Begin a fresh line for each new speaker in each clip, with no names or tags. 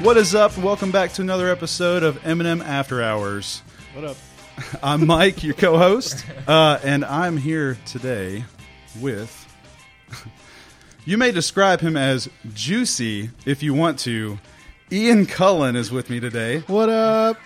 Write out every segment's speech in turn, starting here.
What is up? Welcome back to another episode of Eminem After Hours.
What up?
I'm Mike, your co-host, uh, and I'm here today with. you may describe him as juicy if you want to. Ian Cullen is with me today.
What up?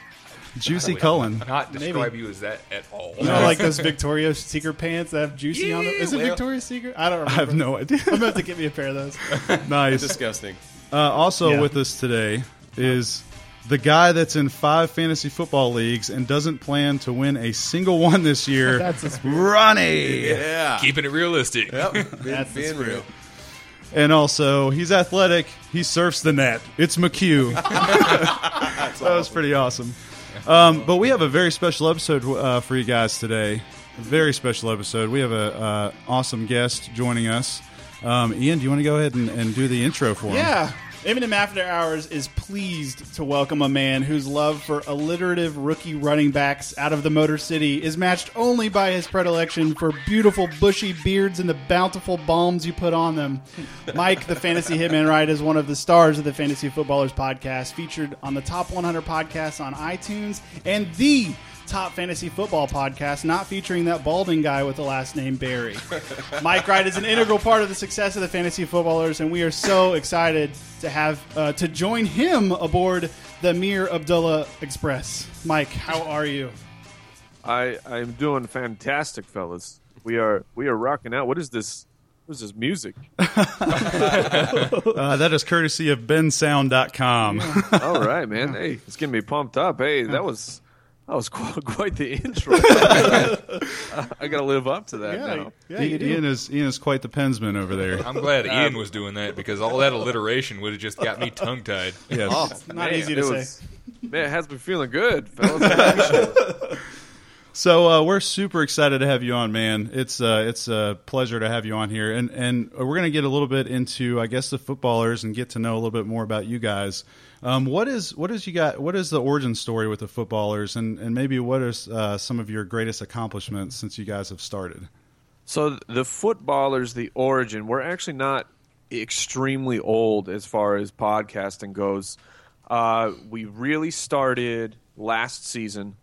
Juicy Cullen.
Not describe
Maybe.
you as that at all.
You know, like those Victoria's Secret pants that have juicy on them.
Yeah,
Is it
well-
Victoria's Secret? I don't
I
remember.
have no idea.
I'm about to get me a pair of those.
nice.
disgusting.
Uh, also
Yeah.
with us today is the guy that's in five fantasy football leagues and doesn't plan to win a single one this year.
That's a spirit.
Ronnie.
Yeah.
Keeping it realistic.
yep. Been,
That's the
been
spirit.
real.
And also, he's athletic. He surfs the net. It's McHugh. that was pretty awesome. Um, but we have a very special episode uh, for you guys today. A very special episode. We have a uh, awesome guest joining us. Um, Ian, do you want to go ahead and, and do the intro for him?
Yeah. Eminem After Hours is pleased to welcome a man whose love for alliterative rookie running backs out of the Motor City is matched only by his predilection for beautiful bushy beards and the bountiful balms you put on them. Mike, the fantasy hitman, right, is one of the stars of the Fantasy Footballers podcast, featured on the top 100 podcasts on iTunes and the top fantasy football podcast, not featuring that balding guy with the last name Barry. Mike Wright is an integral part of the success of the fantasy footballers, and we are so excited to have uh, to join him aboard the Mir Abdullah Express. Mike, how are you?
I I'm doing fantastic, fellas. We are we are rocking out. What is this? What is this music?
Uh, that is courtesy of bensound.com.
All right, man. Hey, it's getting me pumped up. Hey, that was that was quite, quite the intro. I gotta live up to that now.
yeah, you do.
Ian is Ian is quite the pensman over there.
I'm glad Ian was doing that because all that alliteration would have just got me tongue tied.
Yes.
Not easy to
it
say.
was- Man, it has me feeling good, fellas.
So uh, we're super excited to have you on, man. It's uh, it's a pleasure to have you on here, and and we're going to get a little bit into, I guess, the footballers and get to know a little bit more about you guys. Um, what is what is you got? What is the origin story with the footballers, and and maybe what is uh, some of your greatest accomplishments since you guys have started?
So th- the footballers, the origin, we're actually not extremely old as far as podcasting goes. Uh, we really started last season,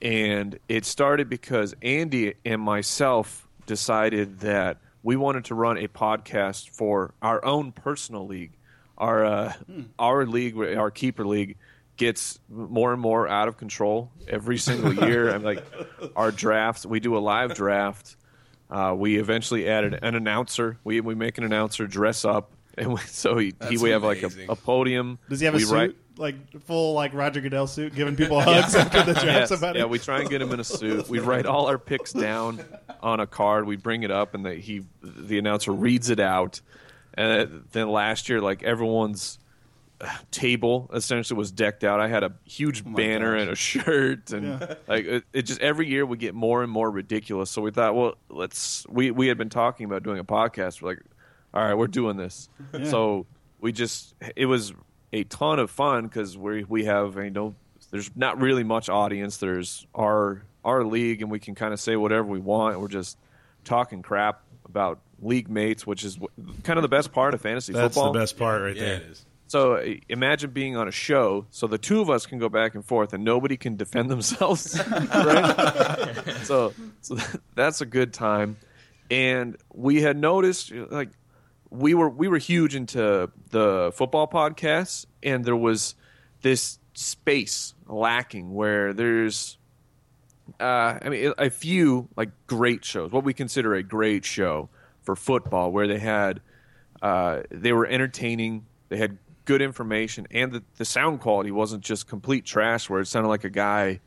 and it started because Andy and myself decided that we wanted to run a podcast for our own personal league. Our uh, our league, our keeper league, gets more and more out of control every single year. I'm like, our drafts, we do a live draft. Uh, we eventually added an announcer. We we make an announcer dress up, and we, so he, he
That's
we have like a,
amazing.
a podium.
Does he have a
we
suit?
write-
Like full like Roger Goodell suit, giving people hugs after the draft.
Yes.
somebody.
Yeah, we try and get him in a suit. We write all our picks down on a card. We bring it up, and the, he the announcer reads it out. And then last year, like everyone's table essentially was decked out. I had a huge banner and a shirt, and
Yeah.
like it, it just every year we get more and more ridiculous. So we thought, well, let's. We we had been talking about doing a podcast. We're like, all right, we're doing this. So we just it was a ton of fun because we we have you know there's not really much audience. There's our our league, and we can kind of say whatever we want. We're just talking crap about league mates, which is wh- kind of the best part of fantasy
That's
football.
the best part right
Yeah,
there.
it is.
So uh, imagine being on a show, so the two of us can go back and forth, and nobody can defend themselves. right? so, so that- that's a good time. And we had noticed, you know, like, we were we were huge into the football podcasts, and there was this space lacking where there's uh, I mean, a few like great shows, what we consider a great show for football, where they had uh, they were entertaining, they had good information, and the, the sound quality wasn't just complete trash, where it sounded like a guy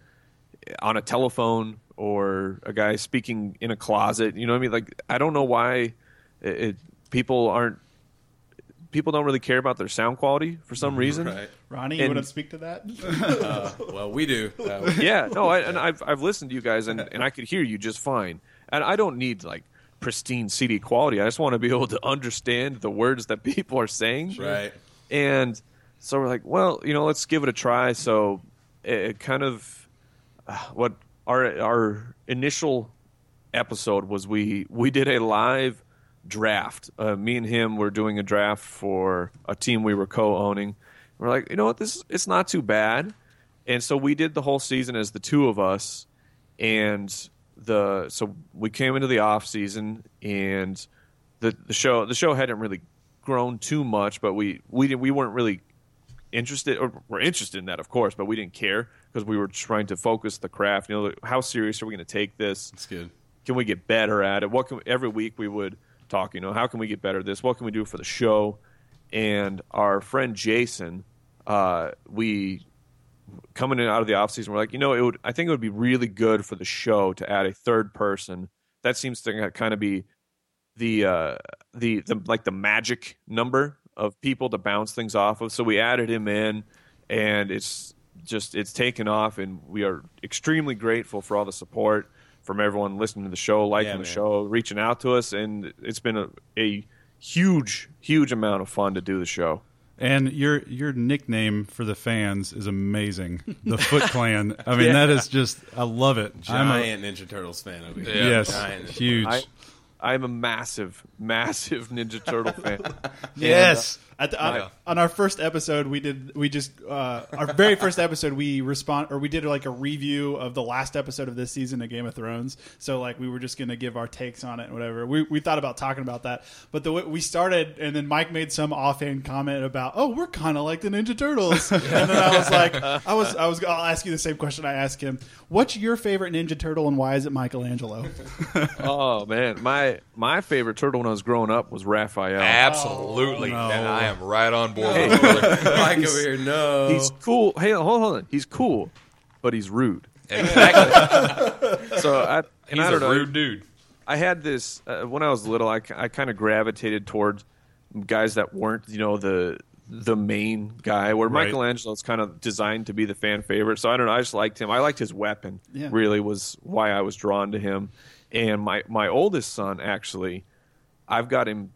on a telephone or a guy speaking in a closet. You know what I mean? Like, I don't know why it, it, people aren't people don't really care about their sound quality for some reason.
Right.
Ronnie, you
And-
wouldn't speak to that.
Uh, well, we do. Uh,
yeah, no, I, and I've I've listened to you guys, and, and I could hear you just fine. And I don't need like pristine CD quality. I just want to be able to understand the words that people are saying.
right.
And so we're like, well, you know, let's give it a try. So it, it kind of uh, what our our initial episode was we we did a live draft. Uh, me and him were doing a draft for a team we were co-owning. We're like, you know what, this it's not too bad. And so we did the whole season as the two of us, and the so we came into the off season and the the show the show hadn't really grown too much, but we we didn't, we weren't really interested or were interested in that of course, but we didn't care because we were trying to focus the craft. You know, like, how serious are we going to take this?
That's good.
can we get better at it? What can every week we would talk, you know, how can we get better at this? What can we do for the show? And our friend Jason, uh, we coming in out of the off season, we're like, you know, it would I think it would be really good for the show to add a third person. That seems to kind of be the uh the, the like the magic number of people to bounce things off of. So we added him in and it's just it's taken off and we are extremely grateful for all the support from everyone listening to the show, liking
Yeah,
the
man.
show, reaching out to us and it's been a, a huge huge amount of fun to do the show.
And your your nickname for the fans is amazing. The Foot Clan. I mean, that is just I love it. I'm a,
Giant Ninja Turtles fan over here.
yes,
Giant Ninja
huge.
I I'm a massive massive Ninja Turtle fan.
yes.
uh, At the, on,
Yeah.
on our first episode, we did we just uh, our very first episode we respond or we did like a review of the last episode of this season of Game of Thrones. So like we were just gonna give our takes on it and whatever. We we thought about talking about that, but the way we started and then Mike made some offhand comment about oh we're kind of like the Ninja Turtles, and then I was like I was I was I'll ask you the same question I asked him. What's your favorite Ninja Turtle and why is it Michelangelo?
oh man, my my favorite turtle when I was growing up was Raphael.
Absolutely.
Oh,
No.
And I am right on board.
Hey.
with Miller.
Mike over here, no.
He's cool. Hey, hold, hold on. He's cool, but he's rude.
Exactly.
So I and
He's
I
a
don't know.
rude dude.
I had this uh, when I was little. I, kind of gravitated towards guys that weren't, you know, the the main guy. Where
Right.
Michelangelo's kind of designed to be the fan favorite. So I don't know. I just liked him. I liked his weapon.
Yeah.
Really was why I was drawn to him. And my my oldest son actually, I've got him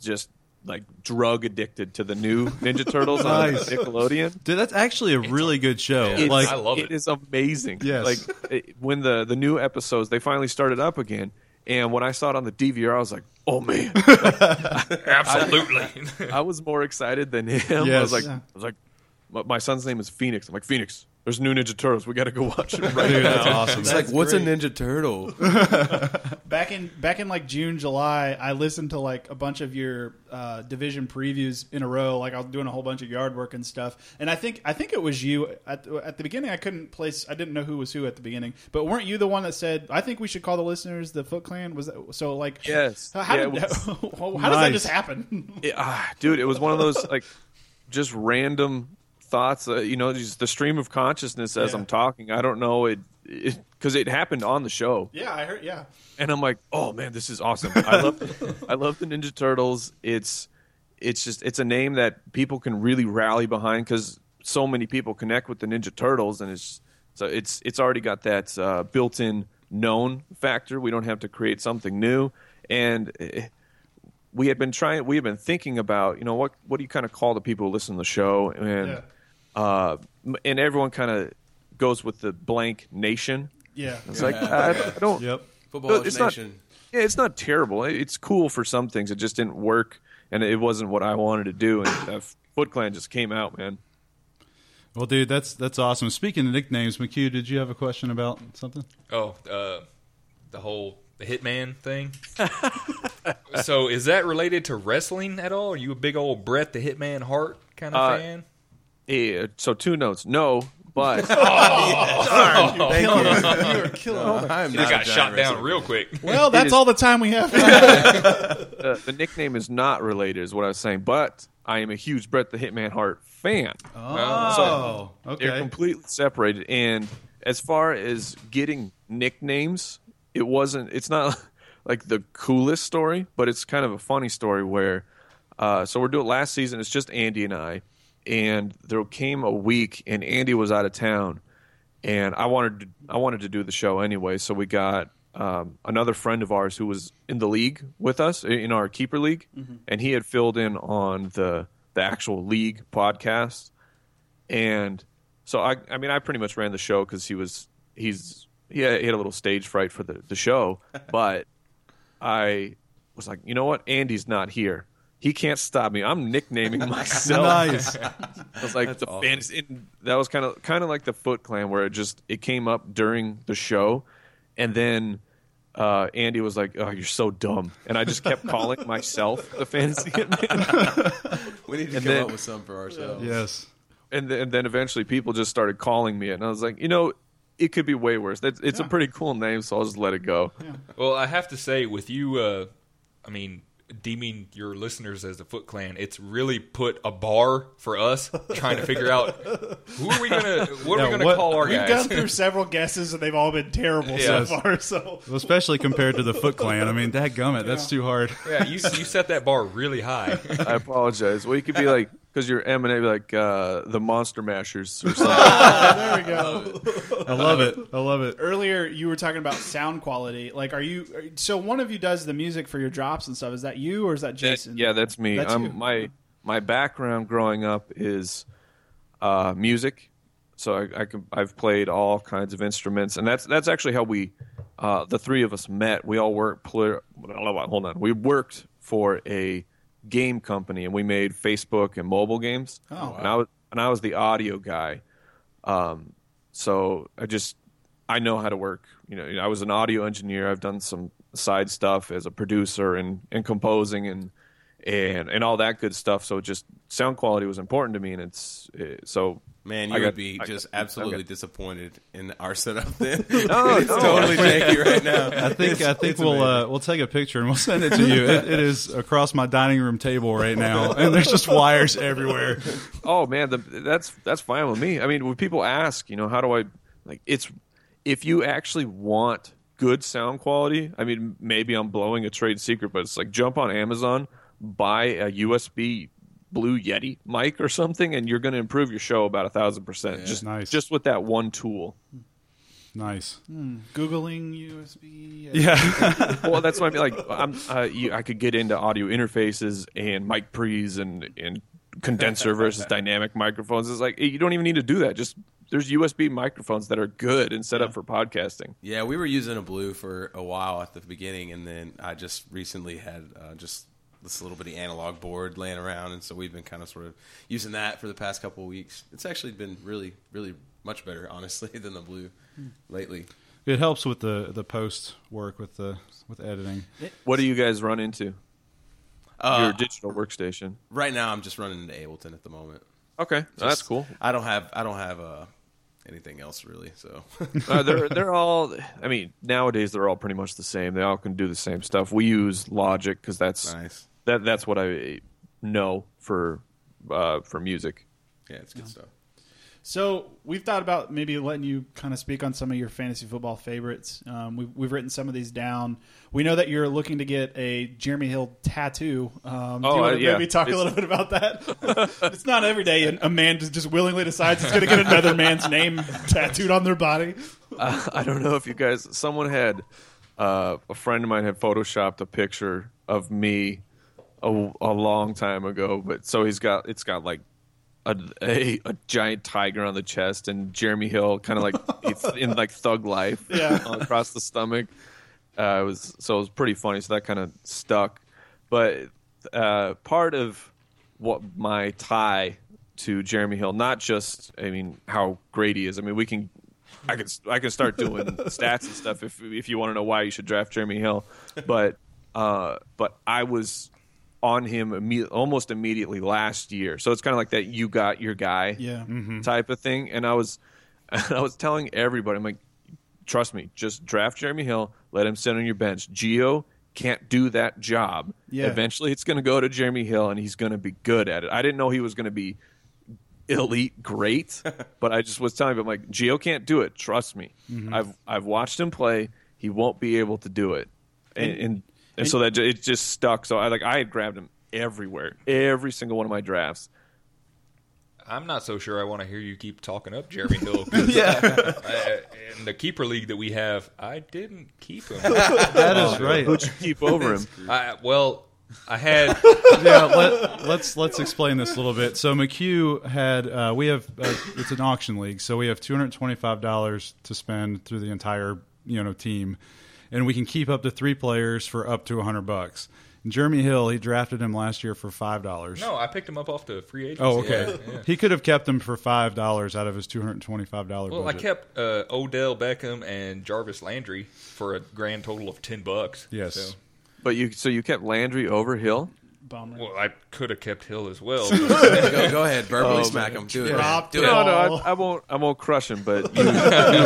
just like drug addicted to the new Ninja Turtles
Nice.
on Nickelodeon.
Dude, that's actually a really good show.
Yeah.
like
I love it.
It is amazing.
Yes.
Like it, when the the new episodes they finally started up again, and when I saw it on the DVR, I was like, oh man,
Absolutely.
I was more excited than him. I
Yes.
was like,
Yeah.
I was like, my, my son's name is Phoenix. I'm like Phoenix. There's new Ninja Turtles. We got to go watch it right
dude,
now.
that's awesome.
it's like, what's a Ninja Turtle?
back in back in like June, July, I listened to like a bunch of your uh, division previews in a row. Like I was doing a whole bunch of yard work and stuff. And I think I think it was you at, at the beginning. I couldn't place. I didn't know who was who at the beginning. But weren't you the one that said I think we should call the listeners the Foot Clan? Was that so? Like
Yes.
How, how
Yeah,
did
it
that,
was-
how does that
Nice.
just happen?
It- ah, dude, it was one of those like just random thoughts. Uh, you know, just the stream of consciousness as
Yeah.
I'm talking. I don't know it because it happened on the show.
yeah, I heard. Yeah,
and I'm like, oh man, this is awesome. I love, I love the Ninja Turtles. It's, it's just, it's a name that people can really rally behind because so many people connect with the Ninja Turtles, and it's so it's it's already got that uh, built-in known factor. We don't have to create something new, and eh, we had been trying, we had been thinking about, you know, what what do you kind of call the people who listen to the show, and
Yeah.
uh, m- and everyone kind of goes with the blank nation.
yeah.
It's like I, I don't.
Yep.
No,
Football
it's not-
Nation.
Yeah, it's not terrible. It- It's cool for some things. It just didn't work, and it wasn't what I wanted to do. And uh, Foot Clan just came out, man.
Well, dude, that's that's awesome. Speaking of nicknames, McHugh, did you have a question about something?
Oh, uh, the whole the hitman thing. so is that related to wrestling at all? Are you a big old Brett the Hitman Hart kind of
Uh,
fan?
Eh, so two notes, no, but
Oh,
Killing us. You are killing us.
I'm
It got shot down real quick.
Well, that's
is-
all the time we have.
uh, the nickname is not related, is what I was saying. But I am a huge Brett the Hitman Hart fan.
Oh,
They're
okay.
completely separated. And as far as getting nicknames, it wasn't. It's not like the coolest story, but it's kind of a funny story where. Uh, so we're doing last season. It's just Andy and I, and there came a week, and Andy was out of town, and I wanted to, I wanted to do the show anyway. So we got um, another friend of ours who was in the league with us in our keeper league, and he had filled in on the the actual league podcast and so I, I mean, I pretty much ran the show because he was he's he had, he had a little stage fright for the the show, but I was like, you know what, Andy's not here. He can't stop me. I'm nicknaming myself.
nice.
It was like the fans, it, that was kind of kind of like the Foot Clan, where it just it came up during the show, and then uh, Andy was like, "Oh, you're so dumb," and I just kept calling myself the fantasy hitman.
We need to
And
come
then-
up with some for ourselves.
Yes.
and then, and then eventually people just started calling me it, and I was like, you know, it could be way worse. It's, it's a pretty cool name, so I'll just let it go.
Well, I have to say, with you, uh, I mean, deeming your listeners as the Foot Clan, it's really put a bar for us trying to figure out who are we gonna, what are
Yeah,
we gonna
what-
call our
We've
guys?
gone through several guesses and they've all been terrible
Yes.
so far. So
Well, especially compared to the Foot Clan. I mean, that gummit, that's too hard.
yeah, you, you set that bar really high.
I apologize. Well, you could be like, because you're M and A, like uh, the Monster Mashers or something.
there we go.
I love it. I love it.
Earlier, you were talking about sound quality. Like, are you? are- So one of you does the music for your drops and stuff. Is that you or is that
That-
Jason?
Uh, yeah, that's me.
That's
I'm,
you.
My my background growing up is uh, music, so I, I can, I've played all kinds of instruments, and that's that's actually how we uh, the three of us met. We all worked. Pl- hold on, we worked for a game company, and we made Facebook and mobile games. Oh, and I was and I was the audio guy. Um, so I just I know how to work. You know, I was an audio engineer. I've done some side stuff as a producer and, and composing and and and all that good stuff. So just sound quality was important to me, and it's uh, so.
Man,
I
you
got-
would be
I got-
just
I got-
absolutely disappointed in our setup then.
No,
it's
no.
totally shaky right now.
I think I think
it's
we'll uh,
amazing.
we'll take a picture and we'll send it to you. It, it is across my dining room table right now, and there's just wires everywhere.
Oh man, the, that's that's fine with me. I mean, when people ask, you know, how do I like it's if you actually want good sound quality, I mean, maybe I'm blowing a trade secret, but it's like jump on Amazon, buy a USB Blue Yeti mic or something, and you're going to improve your show about a thousand percent. Just
Nice.
just with that one tool.
Nice.
Googling USB.
Yeah.
well, that's what I mean. Like, I'm, uh, you, I could get into audio interfaces and mic pre's and and condenser versus dynamic microphones. It's like you don't even need to do that. Just there's USB microphones that are good and set up for podcasting.
Yeah, we were using a blue for a while at the beginning, and then I just recently had uh, just this little bitty analog board laying around, and so we've been kind of sort of using that for the past couple of weeks. It's actually been really, really much better, honestly, than the blue lately.
It helps with the the post work with the with editing.
What do you guys run into? Your digital workstation.
Right now, I'm just running into Ableton at the moment.
Okay, that's
Just-
cool.
I don't have I don't have uh, anything else really. So
Uh, they're they're all. I mean, nowadays they're all pretty much the same. They all can do the same stuff. We use Logic because that's
Nice.
that that's what I know for uh, for music.
yeah, it's good stuff.
So we've thought about maybe letting you kind of speak on some of your fantasy football favorites. Um, we've, we've written some of these down. We know that you're looking to get a Jeremy Hill tattoo. Um, do
Oh,
you want
uh,
to
yeah.
maybe talk a
It's-
little bit about that? it's not every day a- a man just- just willingly decides he's going to get another man's name tattooed on their body.
Uh, I don't know if you guys. Someone had uh, a friend of mine had photoshopped a picture of me a, a long time ago, but so he's got it's got like a, a a giant tiger on the chest and Jeremy Hill kind of like it's in like thug life
Yeah.
all across the stomach. Uh, it was so it was pretty funny. So that kind of stuck, but uh, part of what my tie to Jeremy Hill, not just I mean how great he is. I mean we can I can I can start doing stats and stuff if if you want to know why you should draft Jeremy Hill, but uh, but I was on him imme- almost immediately last year, so it's kind of like that you got your guy
Yeah.
type of thing, and I was I was telling everybody I'm like trust me, just draft Jeremy Hill, let him sit on your bench. Geo can't do that job.
Yeah.
Eventually it's going to go to Jeremy Hill and he's going to be good at it. I didn't know he was going to be elite great, but I just was telling him I'm like Geo can't do it, trust me. I've I've watched him play, he won't be able to do it. And and, and, so that ju- it just stuck. So I like I had grabbed him everywhere, every single one of my drafts.
I'm not so sure I want to hear you keep talking up Jeremy Hill. yeah. in the keeper league that we have, I didn't keep him.
That is
Who'd
right.
you keep over him?
I, well, I had
Yeah. Let, let's let's explain this a little bit. So McHugh had uh, we have uh, it's an auction league, so we have two hundred twenty five dollars to spend through the entire you know team, and we can keep up to three players for up to hundred bucks. Jeremy Hill, he drafted him last year for five dollars.
No, I picked him up off the free agency.
Oh, okay.
Yeah, yeah.
He could have kept him for five dollars out of his two hundred twenty-five dollar
Well, I
budget.
kept uh, Odell Beckham and Jarvis Landry for a grand total of ten bucks.
Yes.
So,
But you so you kept Landry over Hill.
Bummer.
well, I could have kept Hill as well.
go, go ahead, verbally smack him. Do it. man.
Drop
Do
the
No,
it.
no,
Oh.
I, I won't. I won't crush him. But you, you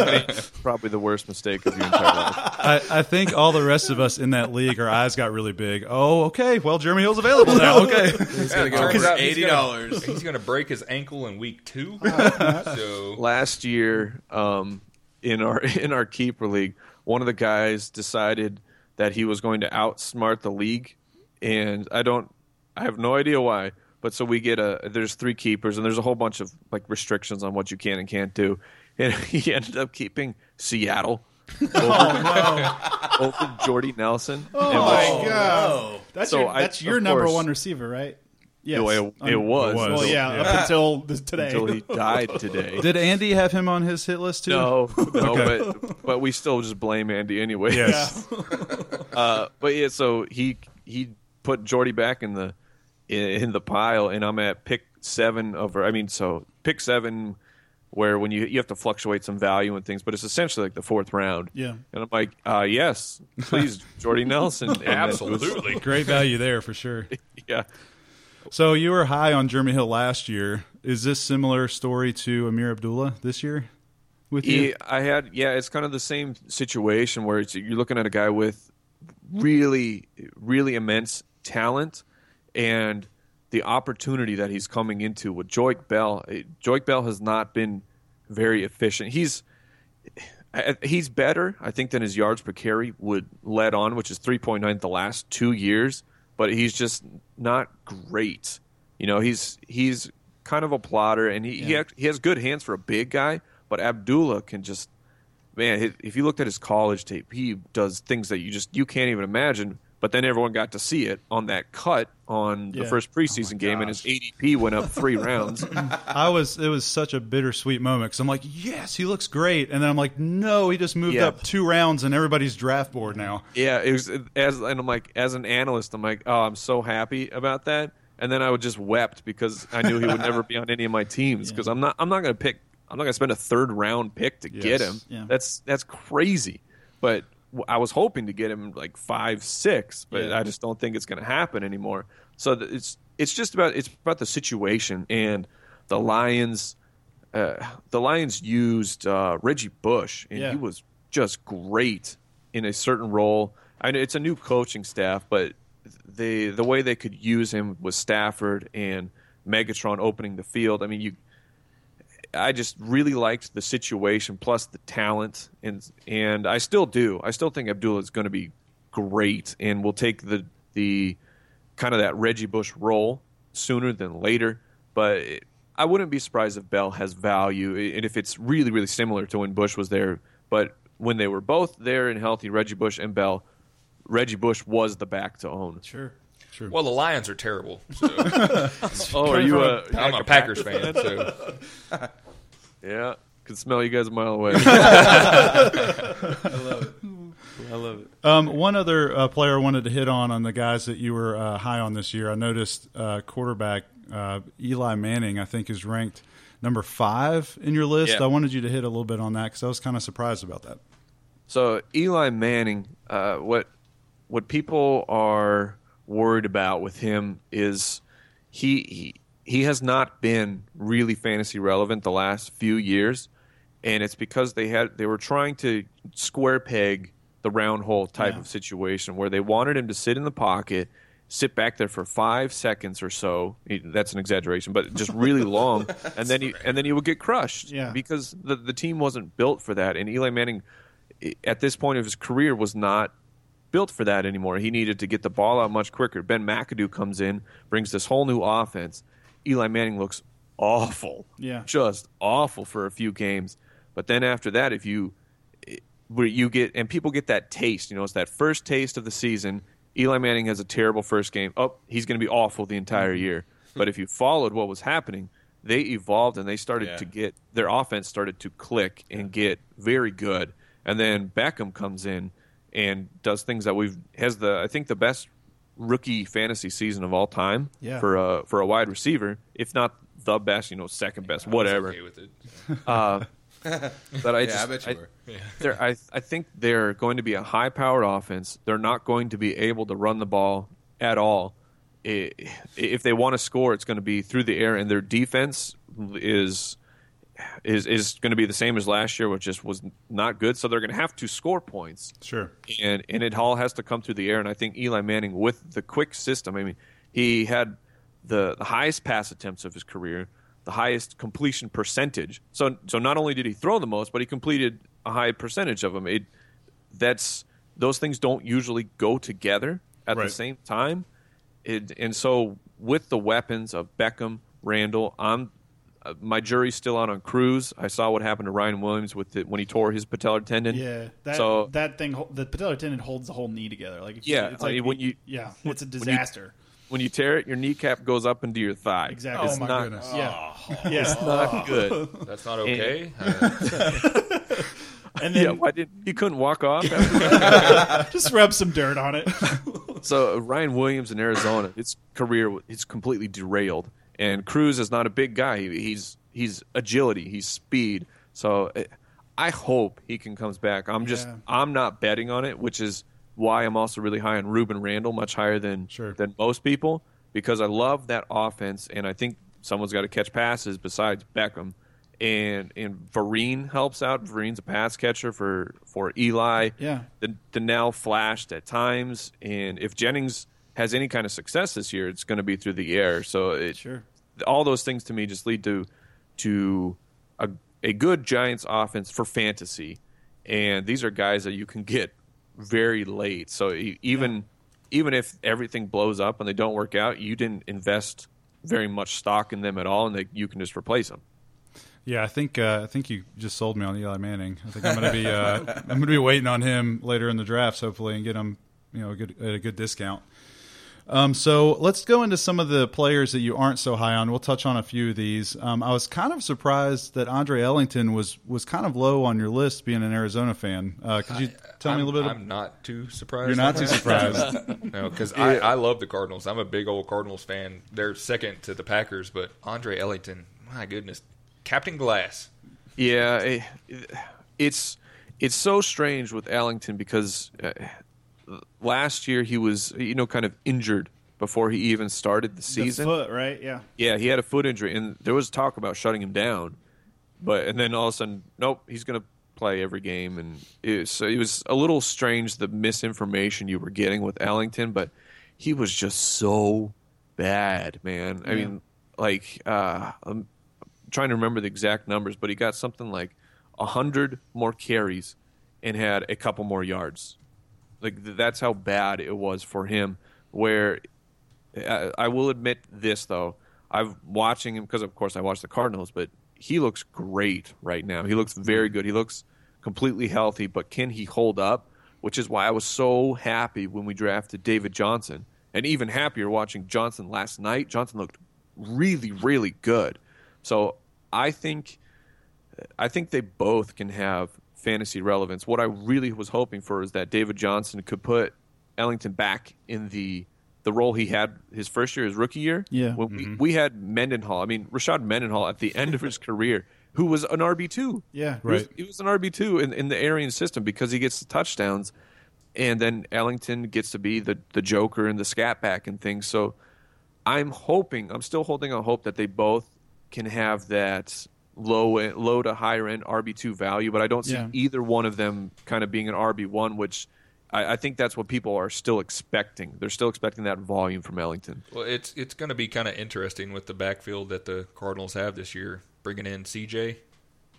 made probably the worst mistake of your entire life.
I, I think all the rest of us in that league, our eyes got really big. Oh, okay. Well, Jeremy Hill's available now. Okay.
He's
Yeah,
gonna go
turns
for
out he's
eighty dollars. Oh,
He's going to break his ankle in week two. so
Last year, um, in our in our keeper league, one of the guys decided that he was going to outsmart the league, and I don't. I have no idea why. But so we get a there's three keepers and there's a whole bunch of like restrictions on what you can and can't do, and he ended up keeping Seattle
Oh,
over, over Jordy Nelson. Oh
my God.
Oh,
That's
So
your,
I-
that's your
of
number
course.
one receiver, right? Yes.
No, it- it was.
Well, yeah, up until the, today.
until he died today.
Did Andy have him on his hit list too?
No, no,
Okay.
but but we still just blame Andy anyway.
Yes.
Uh, but yeah, so he he put Jordy back in the in, in the pile, and I'm at pick seven over. I mean, so pick seven, where when you you have to fluctuate some value and things, but it's essentially like the fourth round.
Yeah.
and I'm like, uh, yes, please, Jordy Nelson, And then it was-
absolutely.
Great value there for sure.
yeah.
So you were high on Jeremy Hill last year. Is this similar story to Amir Abdullah this year with you?
He, I had, yeah, it's kind of the same situation where it's, you're looking at a guy with really, really immense talent and the opportunity that he's coming into with Joik Bell. eh, Joik Bell has not been very efficient. He's I- I- he's better, I think, than his yards per carry would let on, which is 3.9 the last two years. But he's just not great. You know, he's he's kind of a plotter, and he he, act, he has good hands for a big guy. But Abdullah can just man. he- If you looked at his college tape, he does things that you just you can't even imagine. But then everyone got to see it on that cut on
Yeah.
the first preseason game, and his ADP went up three rounds.
I was it was such a bittersweet moment because I'm like, yes, he looks great, and then I'm like, no, he just moved
Yeah.
up two rounds in everybody's draft board now.
Yeah, it was as and I'm like as an analyst, I'm like, oh, I'm so happy about that. And then I would just wept because I knew he would never be on any of my teams because I'm not I'm not gonna pick I'm not gonna spend a third round pick to
Yes.
get him.
Yeah.
That's that's crazy. But w- I was hoping to get him like five six, but
Yeah.
I just don't think it's gonna happen anymore. So th- it's it's just about it's about the situation and the Lions. Uh, the Lions used uh, Reggie Bush, and
Yeah.
he was just great in a certain role. I know it's a new coaching staff, but the the way they could use him was Stafford and Megatron opening the field. I mean, you, I just really liked the situation plus the talent, and and I still do. I still think Abdullah is going to be great, and will take the the kind of that Reggie Bush role sooner than later. But it, I wouldn't be surprised if Bell has value, i- and if it's really, really similar to when Bush was there. But when they were both there and healthy, Reggie Bush and Bell, Reggie Bush was the back to own.
Sure.
Well, the Lions are terrible. So
Oh, are you a?
I'm a Packers fan. So
Yeah, could smell you guys a mile away.
I love it.
Um, one other uh, player I wanted to hit on on the guys that you were uh, high on this year. I noticed uh, quarterback uh, Eli Manning, I think, is ranked number five in your list.
Yeah.
I wanted you to hit a little bit on that because I was kind of surprised about that.
So Eli Manning, uh, what what people are worried about with him is he, he he has not been really fantasy relevant the last few years, and it's because they had they were trying to square peg the round hole type of situation where they wanted him to sit in the pocket, sit back there for five seconds or so. He- That's an exaggeration, but just really long, and then he and then he would get crushed
Yeah.
because the the team wasn't built for that, and Eli Manning i- at this point of his career was not built for that anymore. He needed to get the ball out much quicker. Ben McAdoo comes in, brings this whole new offense. Eli Manning looks awful.
Yeah.
Just awful for a few games. But then after that, if you i- where you get and people get that taste, you know, it's that first taste of the season. Eli Manning has a terrible first game. Oh, he's going to be awful the entire year. But if you followed what was happening, they evolved and they started
Yeah.
to get their offense started to click and get very good. And then Beckham comes in and does things that we've has the I think the best rookie fantasy season of all time
Yeah.
for a for a wide receiver, if not the best, you know, second best, whatever.
Okay with it.
Uh, but I
Yeah,
just
I bet you were.
they're, I, I think they're going to be a high powered offense. They're not going to be able to run the ball at all. I if they want to score, it's going to be through the air, and their defense is is is going to be the same as last year, which just was not good. So they're going to have to score points
Sure.
and and it all has to come through the air. And I think Eli Manning with the quick system. I mean, he had the, the highest pass attempts of his career, the highest completion percentage. So so not only did he throw the most, but he completed a high percentage of them. It that's those things don't usually go together at
Right.
the same time. It, and so with the weapons of Beckham, Randall, I'm uh, my jury's still out on Cruz. I saw what happened to Ryan Williams with it when he tore his patellar tendon.
Yeah, that
So-
that thing, hol- the patellar tendon holds the whole knee together. Like, if you-
Yeah,
it's
I
like
mean, when you-
yeah,
when-
it's a
when you-
disaster.
when you tear it, your kneecap goes up into your thigh.
Exactly.
It's
oh my
not
goodness.
yeah, yeah.
not good.
That's not okay. Uh,
And
yeah,
then
why did you couldn't walk off?
just rub some dirt on it.
so uh, Ryan Williams in Arizona, his career is completely derailed, and Cruz is not a big guy. He, he's he's agility, he's speed. So eh, I hope he can comes back. I'm just
Yeah.
I'm not betting on it, which is why I'm also really high on Ruben Randall, much higher than
Sure.
than most people, because I love that offense, and I think someone's got to catch passes besides Beckham. And and Vereen helps out. Vereen's a pass catcher for for Eli.
Yeah.
the, the now flashed at times. And if Jennings has any kind of success this year, it's going to be through the air. So it,
Sure.
all those things to me just lead to to a, a good Giants offense for fantasy. And these are guys that you can get very late. So e- even even if everything blows up and they don't work out, you didn't invest very much stock in them at all, and they, you can just replace them.
Yeah, I think uh, I think you just sold me on Eli Manning. I think I'm gonna be uh, I'm gonna be waiting on him later in the drafts, hopefully, and get him you know a good at a good discount. Um, so let's go into some of the players that you aren't so high on. We'll touch on a few of these. Um, I was kind of surprised that Andre Ellington was was kind of low on your list, being an Arizona fan. Uh, could you tell me a
I'm-
little bit?
I'm not too surprised.
You're not
on
too
that.
surprised.
No, because I, I love the Cardinals. I'm a big old Cardinals fan. They're second to the Packers, but Andre Ellington, my goodness, Captain Glass.
Yeah, it, it's it's so strange with Allington because uh, last year he was you know kind of injured before he even started the
The
season.
foot, right? Yeah.
Yeah, he had a foot injury, and there was talk about shutting him down, but and then all of a sudden, nope, he's going to play every game, and it, so it was a little strange the misinformation you were getting with Allington, but he was just so bad, man. I mean, like uh, I'm trying to remember the exact numbers, but he got something like hundred more carries and had a couple more yards. Like th- that's how bad it was for him. Where I, I will admit this though, I've watching him because of course I watch the Cardinals, but he looks great right now. He looks very good. He looks completely healthy, but can he hold up? Which is why I was so happy when we drafted David Johnson, and even happier watching Johnson last night. Johnson looked really, really good. So I think. I think they both can have fantasy relevance. What I really was hoping for is that David Johnson could put Ellington back in the the role he had his first year, his rookie year.
Yeah.
When we, we had Mendenhall. I mean, Rashad Mendenhall at the end of his career, who was an RB two.
Yeah.
He was-
Right.
He was, an RB two in, in the Arian system because he gets the touchdowns, and then Ellington gets to be the the Joker and the scat back and things. So I'm hoping, I'm still holding on hope that they both can have that low e- low to higher end RB two value, but I don't see
Yeah.
either one of them kind of being an RB one, which. I I think that's what people are still expecting. They're still expecting that volume from Ellington.
Well, it's it's going to be kind of interesting with the backfield that the Cardinals have this year, bringing in CJ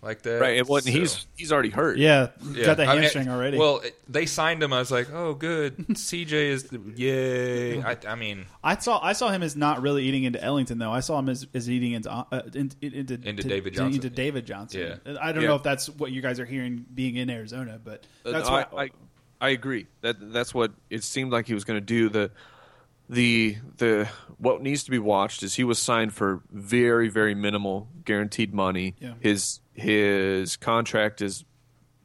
like that.
Right. Well, and
So-
he's he's already hurt.
Yeah.
Yeah.
Got the
I mean,
hamstring already.
Well, it- they signed him. I was like, oh, good. CJ is the, yay. I, I mean,
I saw I saw him as not really eating into Ellington though. I saw him as, as eating into uh, into, into,
Into David Johnson.
Into David Johnson.
Yeah.
I don't
Yeah. Uh,
know if that's what you guys are hearing being in Arizona, but that's
I,
what
I, I agree. That that's what it seemed like he was going to do. The the the what needs to be watched is he was signed for very very minimal guaranteed money.
Yeah.
His his contract is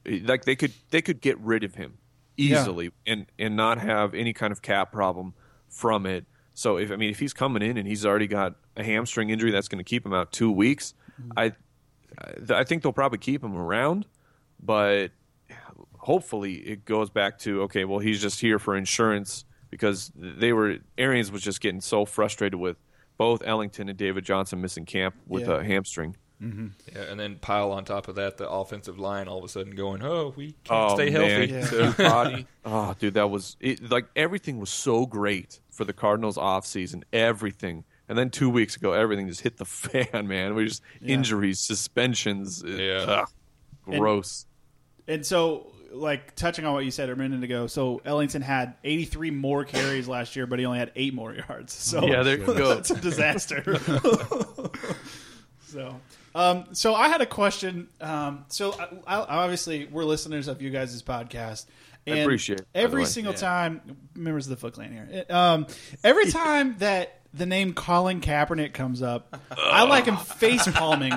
like they could they could get rid of him easily and and not have any kind of cap problem from it. So if I mean if he's coming in and he's already got a hamstring injury that's going to keep him out two weeks,
Mm-hmm.
I I th- I think they'll probably keep him around, but hopefully it goes back to okay, well he's just here for insurance because they were Arians was just getting so frustrated with both Ellington and David Johnson missing camp with
Yeah.
a hamstring.
Yeah, and then pile on top of that the offensive line all of a sudden going, oh, we can't
Oh,
stay
man.
healthy.
Yeah.
So,
body. Oh, dude, that was it, like everything was so great for the Cardinals off season. Everything, and then two weeks ago, everything just hit the fan, man. We just injuries, suspensions, it-
Yeah.
ugh, gross.
And so, like touching on what you said a minute ago, so Ellington had 83 more carries last year, but he only had eight more yards. So
yeah, there you go.
it's a disaster. so, um, so I had a question. Um, so I, I, obviously we're listeners of you guys' podcast. And
appreciate it, by the
every
way.
single time members of the Foot Clan here. Uh, Um, every time that the name Colin Kaepernick comes up, I like him face palming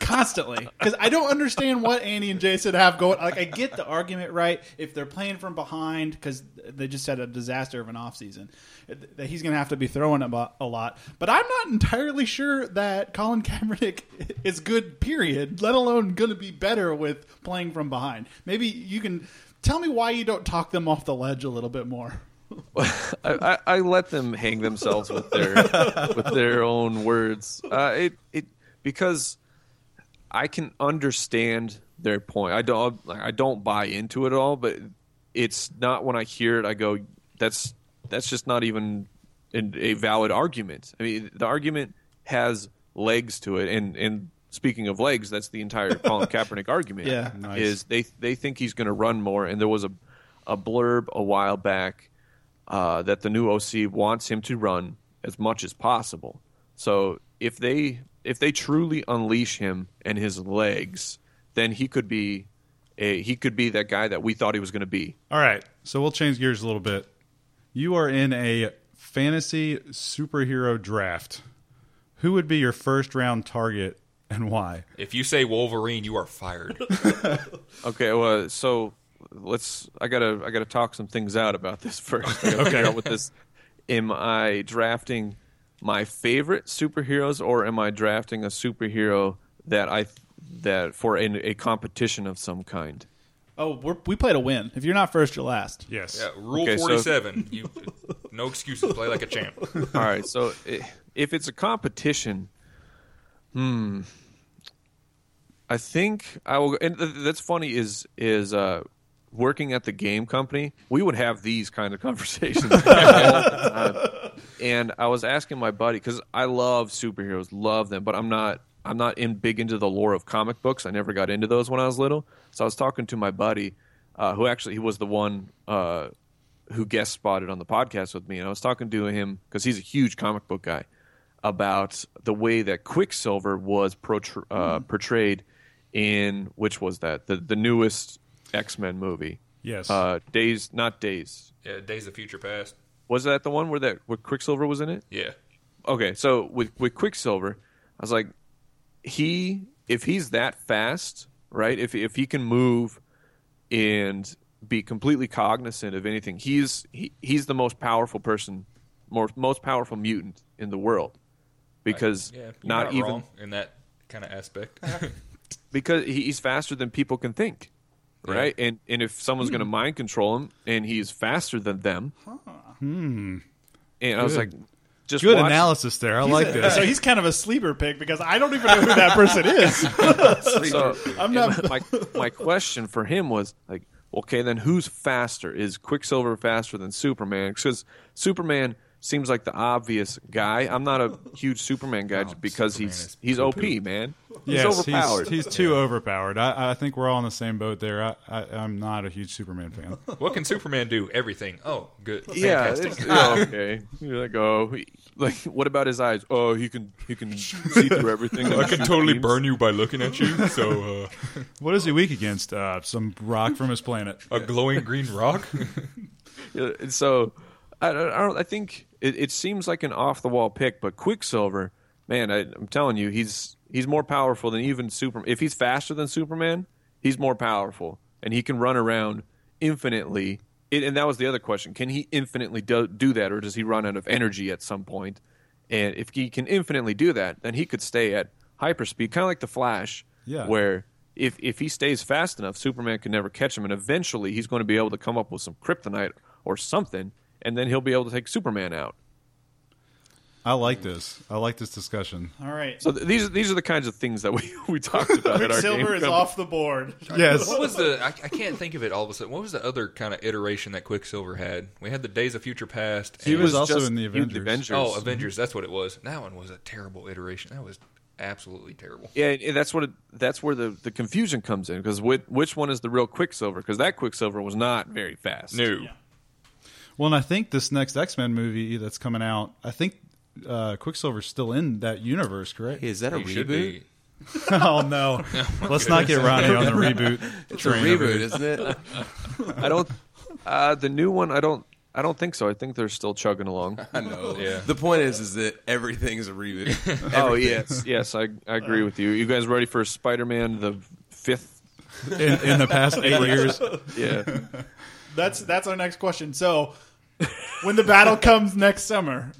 constantly because I don't understand what Andy and Jason have going. Like I get the argument right if they're playing from behind because they just had a disaster of an offseason that he's going to have to be throwing a bo- a lot. But I'm not entirely sure that Colin Kaepernick is good. Period. Let alone going to be better with playing from behind. Maybe you can tell me why you don't talk them off the ledge a little bit more.
I, I, I let them hang themselves with their with their own words. Uh, it it because I can understand their point. I don't like, I don't buy into it at all, but it's not when I hear it I go that's that's just not even an, a valid argument. I mean the argument has legs to it and and speaking of legs, that's the entire Colin Kaepernick argument
Yeah.
Nice.
is they they think he's going to run more. And there was a a blurb a while back uh, that the new OC wants him to run as much as possible. So if they if they truly unleash him and his legs, then he could be a, he could be that guy that we thought he was going to be.
All right, so we'll change gears a little bit. You are in a fantasy superhero draft. Who would be your first round target and why?
if you say Wolverine, you are fired.
Okay, well, so let's. I gotta. I gotta talk some things out about this first. I gotta figure out what this. Am I drafting my favorite superheroes, or am I drafting a superhero that I that for an, a competition of some kind?
Oh, we're, we play to win. If you're not first, you're last.
Yes.
Yeah, rule
Okay, so-
47. You No excuses. Play like a champ.
All right, so i- if it's a competition, hmm, I think I will. And th- that's funny is is uh, working at the game company. We would have these kind of conversations. all the time. and I was asking my buddy because I love superheroes, love them, but I'm not I'm not in big into the lore of comic books. I never got into those when I was little. So I was talking to my buddy, uh, who actually he was the one. Uh, who guest spotted on the podcast with me, and I was talking to him because he's a huge comic book guy about the way that Quicksilver was protr- uh, portrayed in which was that the the newest X Men movie.
Yes.
uh, Days not Days.
Yeah, Days of Future Past.
Was that the one where that where Quicksilver was in it?
Yeah.
okay, so with with Quicksilver, I was like, he if he's that fast, right? If if he can move and be completely cognizant of anything, he's he, he's the most powerful person, more, most powerful mutant in the world, because
Yeah, you're
not, even
wrong in that kind of aspect.
because he- he's faster than people can think right and and if someone's
Hmm.
going to mind control him and he's faster than them
Hmm.
and i was like just
Good
watch-
analysis there. I like this.
So he's kind of a sleeper pick because I don't even know who that person is.
So
I'm not.
my my question for him was like, okay, then who's faster? Is Quicksilver faster than Superman? Because Superman seems like the obvious guy. I'm not a huge Superman guy just because
Oh, Superman
he's
is
he's OP, man. He's
yes,
overpowered.
he's, he's too overpowered. I, I think we're all on the same boat there. I, I, I'm not a huge Superman fan.
what can Superman do? Everything. Oh, good.
yeah,
Fantastic.
it's- yeah, okay. You're like, oh, he- like what about his eyes? Oh, he can he can see through everything.
I could totally burn you by looking at you. So
What is he weak against? Uh, some rock from his planet.
uh, a glowing green rock.
Yeah, and so I, don't- I don't. I think it, it seems like an off the wall pick, but Quicksilver, man, I, I'm telling you, he's he's more powerful than even Superman. If he's faster than Superman, he's more powerful, and he can run around infinitely it, and that was the other question: Can he infinitely do, do that, or does he run out of energy at some point? And if he can infinitely do that, then he could stay at hyperspeed, kind of like the Flash,
Yeah.
where if if he stays fast enough, Superman can never catch him, and eventually he's going to be able to come up with some kryptonite or something, and then he'll be able to take Superman out.
I like this. I like this discussion.
All right.
So th- these are these are the kinds of things that we, we talked about. at our game
Quicksilver is
company.
off the board.
Yes.
What was the? I, I can't think of it all of a sudden. What was the other kind of iteration that Quicksilver had? We had the Days of Future Past.
He
and-
was also
just
in the Avengers.
oh Avengers. That's what it was. That one was a terrible iteration. That was absolutely terrible.
Yeah, and- and that's what it, that's where the, the confusion comes in because which, which one is the real Quicksilver? Because that Quicksilver was not very fast.
No.
Well, and I think this next X Men movie that's coming out, I think uh, Quicksilver's still in that universe, correct?
Hey, is that a
He should
reboot?
be.
oh no, let's not get Ronnie on the reboot.
It's a reboot, isn't it?
I don't. Uh, the new one, I don't. I don't think so. I think they're still chugging along.
I know.
Yeah.
The point is, is that everything's a reboot.
oh yes, yes, I, I agree with you. You guys ready for Spider-Man the fifth?
In, in the past eight years,
Yeah,
That's that's our next question. So, when the battle comes next summer,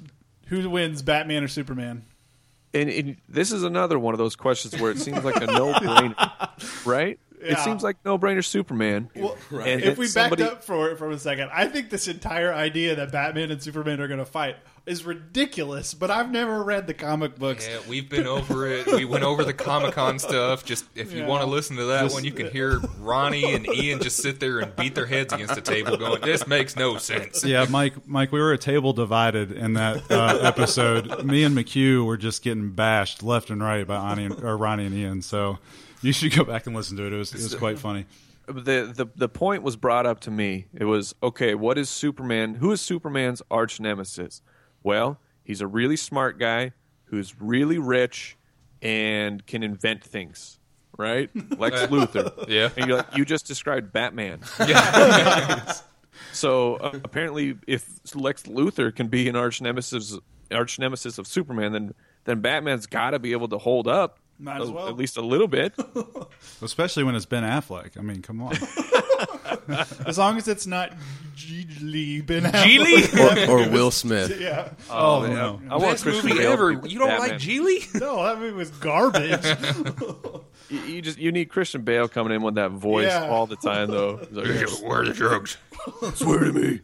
who wins, Batman or Superman?
and, and this is another one of those questions where it seems like a no-brainer, right? It
Yeah.
seems like no-brainer Superman.
Well,
Right. And
if
that
we backed
somebody-
up for for a second, I think this entire idea that Batman and Superman are going to fight is ridiculous. But I've never read the comic books.
Yeah, we've been over it. We went over the Comic Con stuff. Just if you
Yeah.
want to listen to that one, you can hear Ronnie and Ian just sit there and beat their heads against the table, going, "This makes no sense."
yeah, Mike, Mike, we were a table divided in that uh, episode. Me and McHugh were just getting bashed left and right by Ani and, or Ronnie and Ian. So you should go back and listen to it. It was, it was quite funny.
the, the the point was brought up to me. It was okay. What is Superman? Who is Superman's arch nemesis? Well, he's a really smart guy who's really rich and can invent things, right? Lex Luthor.
Yeah.
And you're like, you just described Batman.
Yeah.
So uh, apparently, if Lex Luthor can be an arch nemesis, arch nemesis of Superman, then then Batman's got to be able to hold up.
Might as
a-
well.
At least a little bit.
Especially when it's Ben Affleck. I mean, come on.
As long as it's not Geely Ben.
Geely?
or, or Will Smith.
Yeah.
Oh, no.
I want
Best
Christian
movie
Bale to
ever.
be
You don't
Batman.
like Geely?
No, that movie was garbage.
You, you just you need Christian Bale coming in with that voice
Yeah.
all the time, though. He's like, "Yes,
Where are the drugs?
swear to me.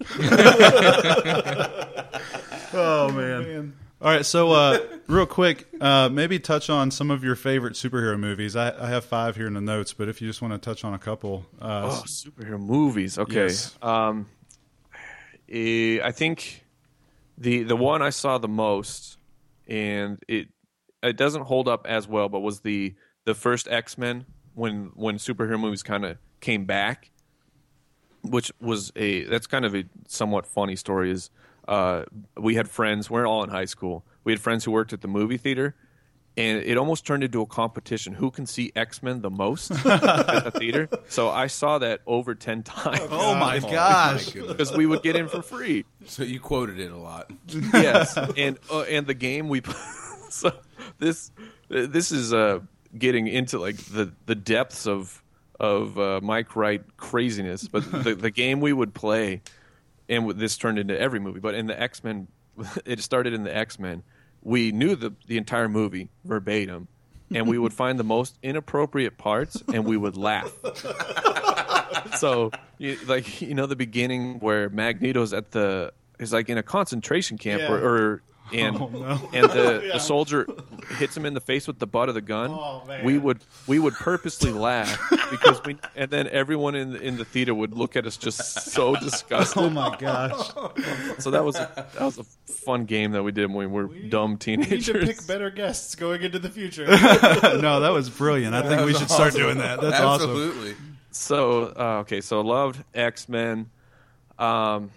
Oh man.
Man.
All right, so uh, real quick, uh, maybe touch on some of your favorite superhero movies. I, I have five here in the notes, but if you just want to touch on a couple, uh,
Oh, superhero movies. Okay.
Yes.
Um, eh, I think the the one I saw the most, and it it doesn't hold up as well, but was the the first X Men when when superhero movies kind of came back. which was a that's kind of a somewhat funny story is uh, we had friends we're all in high school we had friends who worked at the movie theater and it almost turned into a competition who can see x-men the most at the theater so i saw that over 10 times
oh my
My
gosh,
goodness.
because we would get in for free
So you quoted it a lot.
yes, and uh, and the game we pl- so this this is uh, getting into like the the depths of of uh, Mike Wright craziness. But the the game we would play, and w- this turned into every movie. But in the X Men, it started in the X Men. We knew the the entire movie verbatim, and we would find the most inappropriate parts, and we would laugh so you, like you know the beginning where magneto's at the is like in a concentration camp
Yeah. Oh,
or, or and and the, the soldier hits him in the face with the butt of the gun
Oh, man.
we would we would purposely laugh because we and then everyone in the, in the theater would look at us just so disgusted
oh my gosh,
so that was a, that was a fun game that we did when we were dumb
We need
teenagers
to pick better guests going into the future.
no, that was brilliant. I think we should start doing that. That's awesome.
Absolutely.
So uh, okay, so loved X Men. Um,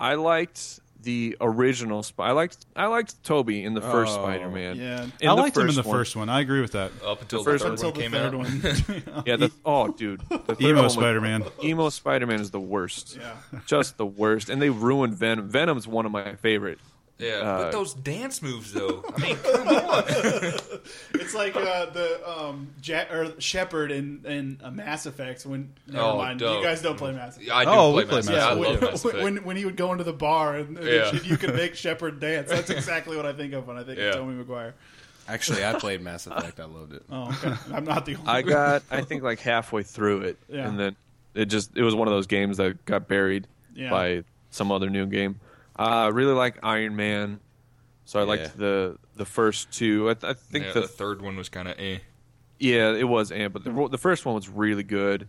I liked the original. Sp- I liked I liked Toby in the first
Oh,
Spider Man.
yeah.
I liked him in the first one. I agree with that.
Up until
The
the,
first
third
one
Until
one
the
came
third
out.
one.
Yeah. The, oh, dude. The third one
Emo
was-
Spider Man.
Emo Spider Man is the worst.
Yeah.
Just the worst, and they ruined Venom. Venom's one of my favorite
Yeah,
Uh,
but those dance moves though. I mean, come on.
It's like uh, the um, ja- or Shepard in, in uh, Mass Effect. When never
Oh,
mind,
dope.
you guys don't play Mass Effect.
I do
Oh,
play
we play
Mass
Mass
Effect. I
Effect.
when,
love Mass Effect.
when when he would go into the bar and and
Yeah.
you could make Shepard dance. That's exactly what I think of when I think
Yeah.
of Tommy McGuire.
Actually, I played Mass Effect. I loved it.
Oh, okay. I'm not the only.
I got I think like halfway through it,
Yeah.
and then it just it was one of those games that got buried
Yeah.
by some other new game. Uh, I really like Iron Man, so I
Yeah.
liked the the first two. I, th- I think
yeah,
the,
the third one was kind of eh.
yeah it was Ant, but the, the first one was really good.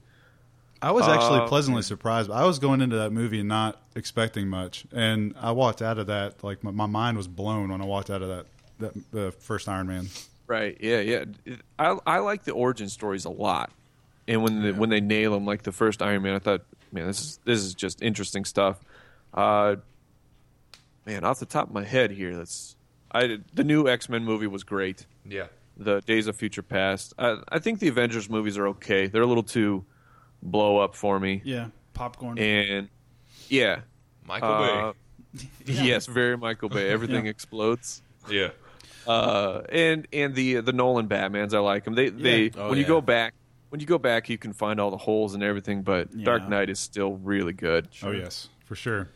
I was actually
Uh,
pleasantly surprised. I was going into that movie not expecting much, and I walked out of that like my, my mind was blown when I walked out of that that the first Iron Man.
Right. Yeah. Yeah. It- I I like the origin stories a lot, and when the, when they nail them like the first Iron Man, I thought, man, this is this is just interesting stuff. Uh, man, off the top of my head here, that's I did- the new X Men movie was great.
Yeah.
The Days of Future Past. I, I think the Avengers movies are okay. They're a little too blow up for me.
yeah, popcorn.
And yeah,
Michael
uh, yes, very Michael Bay. Everything explodes
Bay. Yeah.
uh, and and the the Nolan Batman's I like them. They they
Oh,
when you
yeah.
go back when you go back you can find all the holes and everything. But
Yeah.
Dark Knight is still really good.
Oh yes, for sure.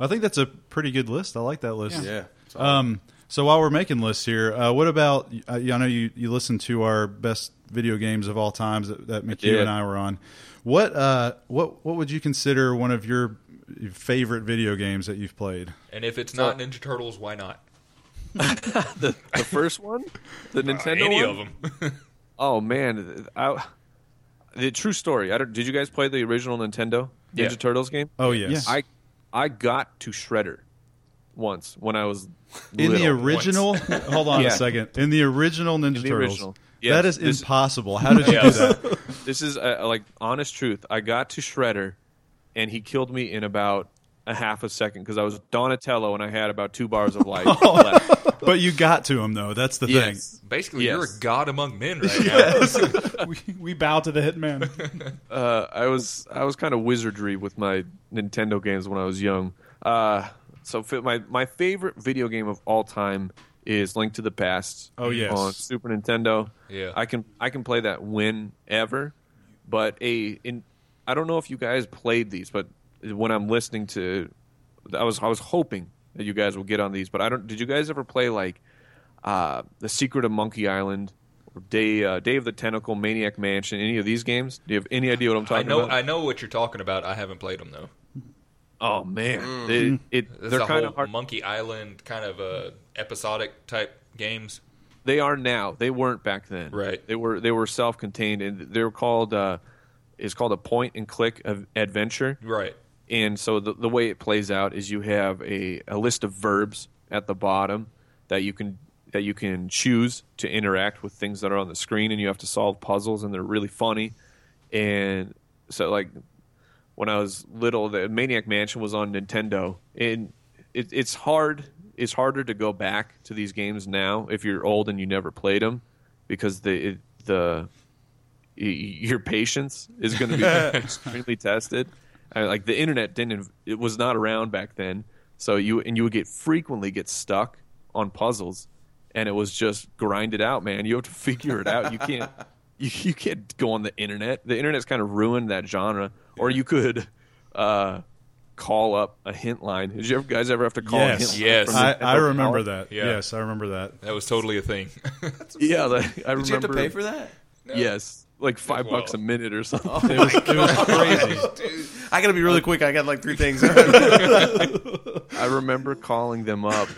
I think that's a pretty good list. I like that list.
Yeah.
Um, so while we're making lists here, uh, what about? Uh, yeah, I know you you listened to our best video games of all times that, that McHugh
did.
and I were on. What uh what what would you consider one of your favorite video games that you've played?
And if it's not Ninja Turtles, why not?
The, the first one, the Nintendo
Any
one?
of them.
Oh man, I, the true story. I don't, did you guys play the original Nintendo Ninja
Yeah.
Turtles game?
Oh yes,
I I got to Shredder once when I was
in the
little.
original. hold on
Yeah.
a second. In the original Ninja
the
Turtles,
original. Yes,
that is
this-
impossible. How did you
Yes.
do that?
This is uh, like honest truth. I got to Shredder, and he killed me in about a half a second because I was Donatello and I had about two bars of life left.
But you got to him though. That's the
Yes.
Basically,
Yes.
you're a god among men right now.
we, we bow to the hitman.
Uh, I was I was kind of wizardry with my Nintendo games when I was young. Uh, so fi- my my favorite video game of all time is Link to the Past.
Oh, yes.
on Super Nintendo.
Yeah.
I can I can play that whenever. But a in I don't know if you guys played these, but when I'm listening to, I was I was hoping that you guys will get on these, but I don't. Did you guys ever play like uh, the Secret of Monkey Island? or Day, uh, Day of the Tentacle, Maniac Mansion, any of these games? Do you have any idea what I'm
I
talking
know.
about?
I know what you're talking about. I haven't played them though.
Oh man, They- it-
That's
they're
Mm. a
kind
whole
of hard.
Monkey Island kind of uh, episodic type games.
They are now. They weren't back then.
Right.
They were. They were self-contained, and they were called. Uh, it's called a point-and-click av- adventure.
Right.
And so the, the way it plays out is you have a, a list of verbs at the bottom that you can that you can choose to interact with things that are on the screen and you have to solve puzzles and they're really funny. And so like when I was little the Maniac Mansion was on Nintendo and it, it's hard it's harder to go back to these games now if you're old and you never played them because the it, the y- your patience is going to be extremely tested. Uh, like the internet didn't, it was not around back then. So you and you would get frequently get stuck on puzzles, and it was just grind it out, man. You have to figure it out. You can't, you, you can't go on the internet. The internet's kind of ruined that genre. Or you could uh, call up a hint line. Did you ever, guys ever have to call? A
Yes,
hint
Yes.
Line
I,
from
I
Nintendo?
remember that.
Yeah.
Yes, I remember that.
That was totally a thing.
Yeah, like, I remember.
Did you have to pay for that? Oh.
Yes, like five
Well.
bucks a minute or something.
It was crazy.
I gotta be really quick. I got like three things.
I remember calling them up.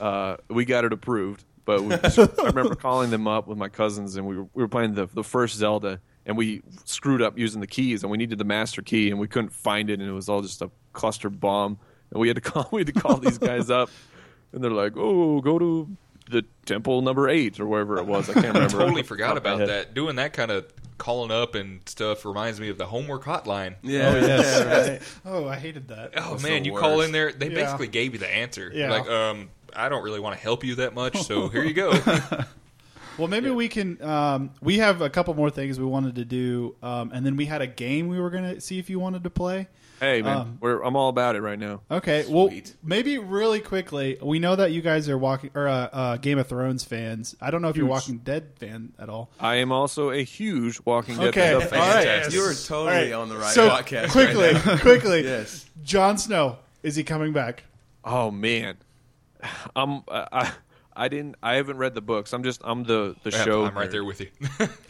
Uh, we got it approved, but we just, I remember calling them up with my cousins, and we were, we were playing the the first Zelda, and we screwed up using the keys, and we needed the master key, and we couldn't find it, and it was all just a cluster bomb, and we had to call we had to call these guys up, and they're like, "Oh, go to the temple number eight or wherever it was." I can't remember.
totally forgot about
Yeah.
that. Doing that kind of calling up and stuff reminds me of the homework hotline.
yeah.
oh, I hated that.
Oh
That's
man,
the
you call
worst.
in there. They
Yeah.
basically gave you the answer.
Yeah.
Like, um, I don't really want to help you that much, so here you go.
Well, maybe we can. Um, we have a couple more things we wanted to do, um, and then we had a game we were going to see if you wanted to play.
Hey man,
Um,
we're, I'm all about it right now.
Okay, well,
Sweet.
maybe really quickly, we know that you guys are walking or uh, uh, Game of Thrones fans. I don't know if you're Walking Dead fan at all.
I am also a huge Walking Dead
Okay,
fan.
all right.
Yes.
You are
All
totally
right,
on the right
so
podcast. right
quickly,
now.
quickly,
Yes.
Jon Snow is he coming back?
Oh man, I'm I, I I didn't I haven't read the books. I'm just I'm the the
Yeah,
show.
I'm right
nerd.
there with you.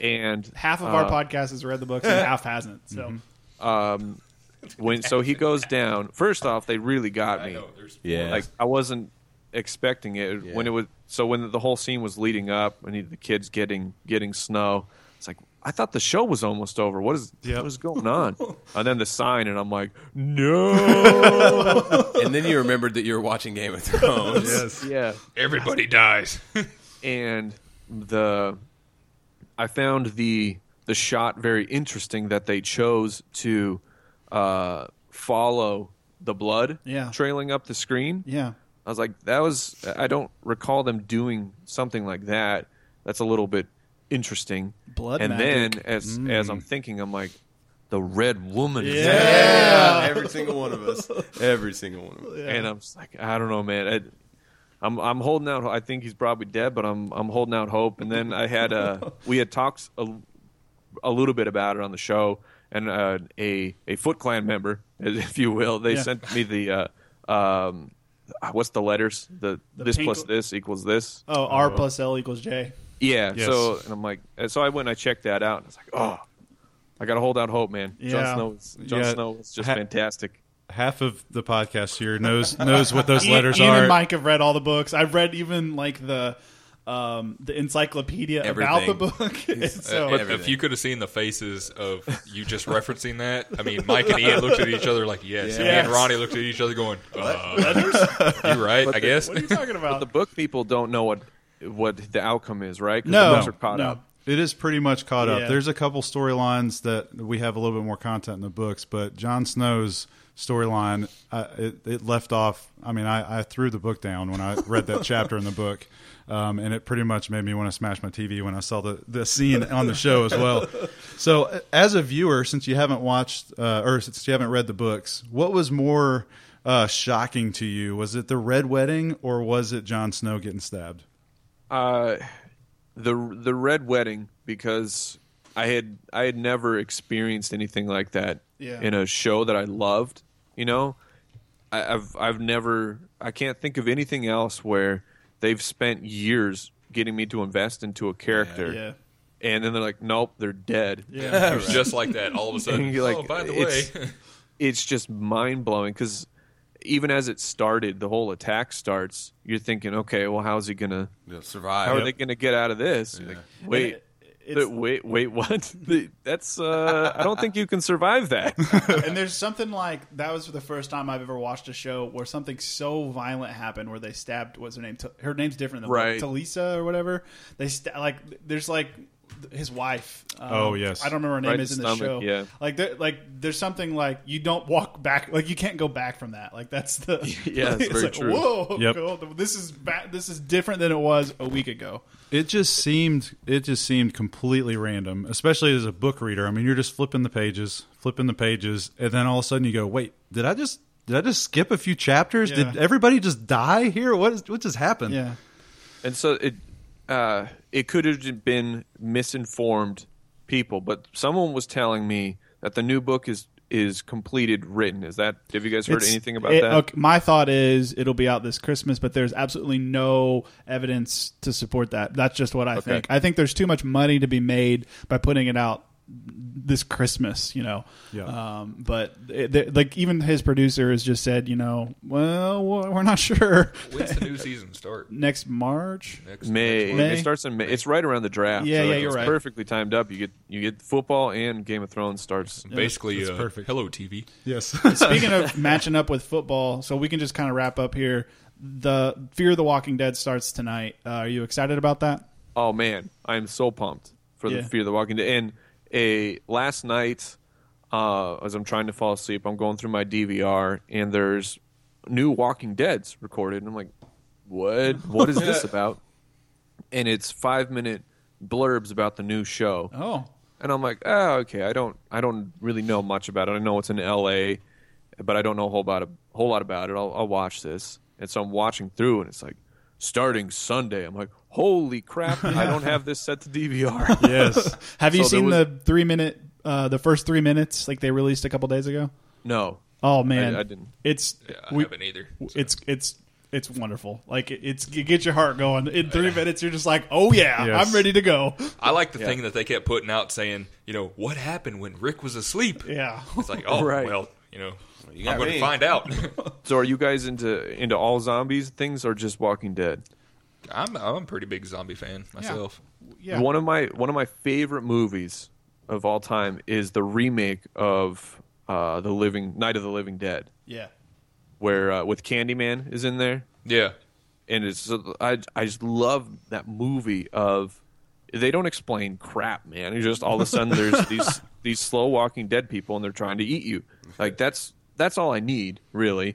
And
Half of
uh,
our podcast has read the books, and half hasn't. So
um, when so he goes down. First off, they really got me.
there's
Yeah.
Like I wasn't expecting it when it was. So when the whole scene was leading up, and he- the kids getting getting snow, it's like I thought the show was almost over. What is
Yep.
what is going on? and then the sign, and I'm like, no.
and then you remembered that you were watching Game of Thrones.
Yes.
yeah.
everybody dies.
and the I found the the shot very interesting that they chose to uh, follow the blood
Yeah.
trailing up the screen.
yeah,
I was like, that was I don't recall them doing something like that. That's a little bit interesting.
Blood
and
magic. Mm.
then as as I'm thinking, I'm like, the red woman.
Yeah, every single one of us. Every single one of us.
And I'm just like, I don't know, man. I, I'm I'm holding out. I think he's probably dead, but I'm I'm holding out hope. And then I had uh, we had talks a, a little bit about it on the show, and uh, a a Foot Clan member, if you will, they
Yeah.
sent me the uh, um, what's the letters? The, this
pink-
plus this equals this.
oh, R plus L equals J.
Yeah.
Yes.
So and I'm like, and so I went and I checked that out, and I was like, oh, I gotta hold out hope, man.
Yeah.
Jon Snow, is- Jon
Yeah.
Snow is just
Ha-
fantastic.
Half of the podcast here knows knows what those letters
Ian
are.
and Mike have read all the books. I've read even like the um, the encyclopedia about the
Everything. uh,
book. And so
But if
Everything.
you could have seen the faces of you just referencing that, I mean, Mike and Ian looked at each other like, yes.
Yeah.
And Me
Yes.
and Ronnie looked at each other going, uh, you right, I guess.
what are you talking about?
the book people don't know what what the outcome is, right? 'Cause
no,
the books are caught
no.
up.
It is pretty much caught
Yeah.
up. There's a couple storylines that we have a little bit more content in the books, but Jon Snow's storyline uh, it, it left off. I mean, I, I threw the book down when I read that chapter in the book, um, and it pretty much made me want to smash my TV when I saw the the scene on the show as well. So, uh, as a viewer, since you haven't watched uh, or since you haven't read the books, what was more uh, shocking to you? Was it the red wedding or was it Jon Snow getting stabbed?
Uh, the the red wedding because I had I had never experienced anything like that
Yeah.
in a show that I loved. You know, I, I've I've never I can't think of anything else where they've spent years getting me to invest into a character,
yeah.
and then they're like, nope, they're dead.
Yeah.
It was just like that all of a
And
sudden.
you're like,
oh, by the
it's-
way,
it's just mind blowing because even as it started, the whole attack starts. You're thinking, okay, well, how's he gonna?
You'll
How
survive.
are they gonna get out of this? Like, wait,
It's-
th- wait, wait, what? The- That's uh, I don't think you can survive that.
and there's something like that was the first time I've ever watched a show where something so violent happened where they stabbed what's her name T- her name's different than
Right.
Talisa or whatever they sta- like there's like th- his wife um,
Oh, yes.
I don't remember her name
Right
is in
in
the
the
show
stomach, yeah.
like there, like there's something like you don't walk back like you can't go back from that like that's the
Yeah, it's very
like,
true.
whoa
Yep.
cool. this is ba- this is different than it was a week ago
It just seemed it just seemed completely random, especially as a book reader. I mean, you're just flipping the pages, flipping the pages, and then all of a sudden you go, "Wait, did I just did I just skip a few chapters?
Yeah.
Did everybody just die here? What is what just happened?"
yeah
and so it uh, it could have just been misinformed people, but someone was telling me that the new book is is completed written. Is that have you guys heard
It's-
anything about
it-
that?
okay, my thought is it'll be out this Christmas, but there's absolutely no evidence to support that. That's just what I think. I think there's too much money to be made by putting it out this Christmas, you know.
Yeah.
Um, but it, th- like even his producer has just said, you know, well, we're we're not sure
when's the new season start?
next March.
Next,
May.
next
May.
It starts in May. It's right around the draft.
Yeah,
so
yeah,
it's
you're right.
Perfectly timed up. You get you get football and Game of Thrones starts.
one. Basically,
That's- that's
uh,
perfect.
hello, TV.
Yes.
Speaking of matching up with football, so we can just kind of wrap up here. The Fear of the Walking Dead starts tonight. Uh, are you excited about that?
Oh man, I'm so pumped for
Yeah.
the Fear of the Walking Dead. And a last night, uh, as I'm trying to fall asleep, I'm going through my DVR and there's new Walking Dead's recorded, and I'm like, what? What is this about? And it's five minute blurbs about the new show.
Oh,
And I'm like, oh, okay. I don't, I don't really know much about it. I know it's in L.A., but I don't know a whole lot, a whole lot about it. I'll, I'll watch this, and so I'm watching through, and it's like, starting Sunday. I'm like, holy crap! I don't have this set to DVR.
Yes.
have you
So there
seen
was-
the three minute, uh, the first three minutes like they released a couple days ago?
no,
Oh man,
I didn't.
It's
I
we-
haven't either.
it's it's it's wonderful. Like it- it's it gets your heart going. In three minutes, you're just like, oh yeah,
Yes.
I'm ready to go.
I like the thing that they kept putting out saying, you know, what happened when Rick was asleep?
Yeah.
It's like, oh,
Right.
well, you know,
you got
I'm going
me.
to find out.
So are you guys into into all zombies things or just Walking Dead?
I'm, I'm a pretty big zombie fan myself.
Yeah.
One of my one of my favorite movies of all time is the remake of uh, the Living Night of the Living Dead,
yeah.
where uh, with Candyman is in there,
Yeah.
and it's so- I I just love that movie of. They don't explain crap, man. It's just all of a sudden there's these these slow walking dead people and they're trying to eat you. Like that's that's all I need really,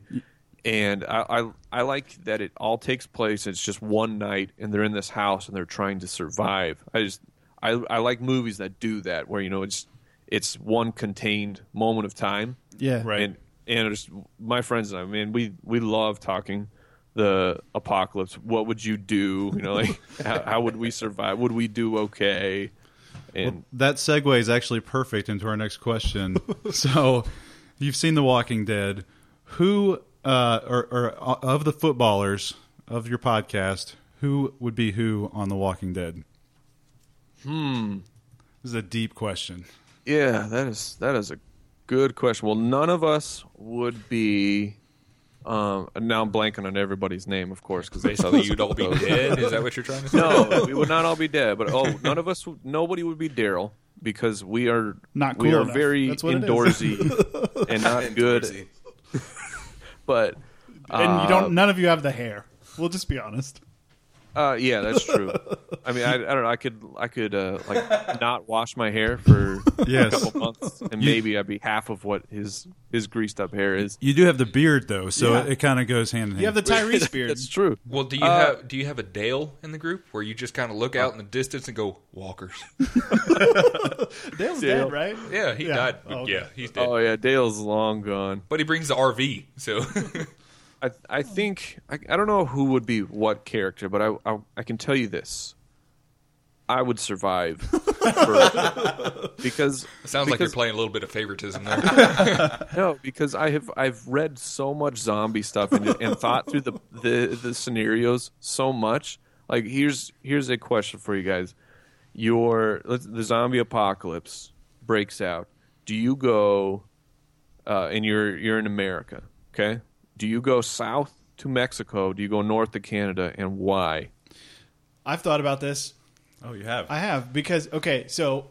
and I I, I like that it all takes place. It's just one night and they're in this house and they're trying to survive. I just I I like movies that do that where you know it's it's one contained moment of time
Yeah.
Right.
and and just my friends and I, man, we we love talking the apocalypse. What would you do? You know, like how, how would we survive? Would we do okay? And
That segue is actually perfect into our next question. so, you've seen The Walking Dead. Who, uh, or, or uh, of the footballers of your podcast, who would be who on The Walking Dead? Hmm. This is a deep question.
yeah, that is that is a good question. Well, none of us would be. Um, now I'm blanking on everybody's name, of course, because that's how
Basically,
these
you'd all be
goes.
dead. Is that what you're trying to say?
No, we would not all be dead, but oh, none of us, would- nobody would be Daryl because we are
Not
We
cool
are
enough.
very
That's what it is.
indoorsy and not good.
Jersey.
But
And you don't. None of you have the hair. We'll just be honest.
Uh, yeah, that's true. I mean, I, I don't know. I could I could uh, like not wash my hair for
Yes.
a couple months, and maybe I'd be half of what his his greased up hair is.
You do have the beard, though, so
Yeah.
it, it kind of goes hand in hand.
You have the Tyrese beard.
That's true.
Well, do you have do you have a Dale in the group where you just kind of look out in the distance and go Walkers?
Dale's
Dale.
dead, right?
Yeah, he
Yeah.
died.
Oh, okay.
Yeah, he's dead.
Oh yeah, Dale's long gone.
But he brings the RV, so
I I think I, I don't know who would be what character, but I I, I can tell you this. I would survive for- because
sounds like you're
because
playing a little bit of favoritism there.
No, because I have I've read so much zombie stuff and, and thought through the, the the scenarios so much. Like here's here's a question for you guys: Your let's, the zombie apocalypse breaks out. Do you go? Uh, and you're you're in America, okay? Do you go south to Mexico? Do you go north to Canada, and why?
I've thought about this.
Oh, you have.
I have because okay, so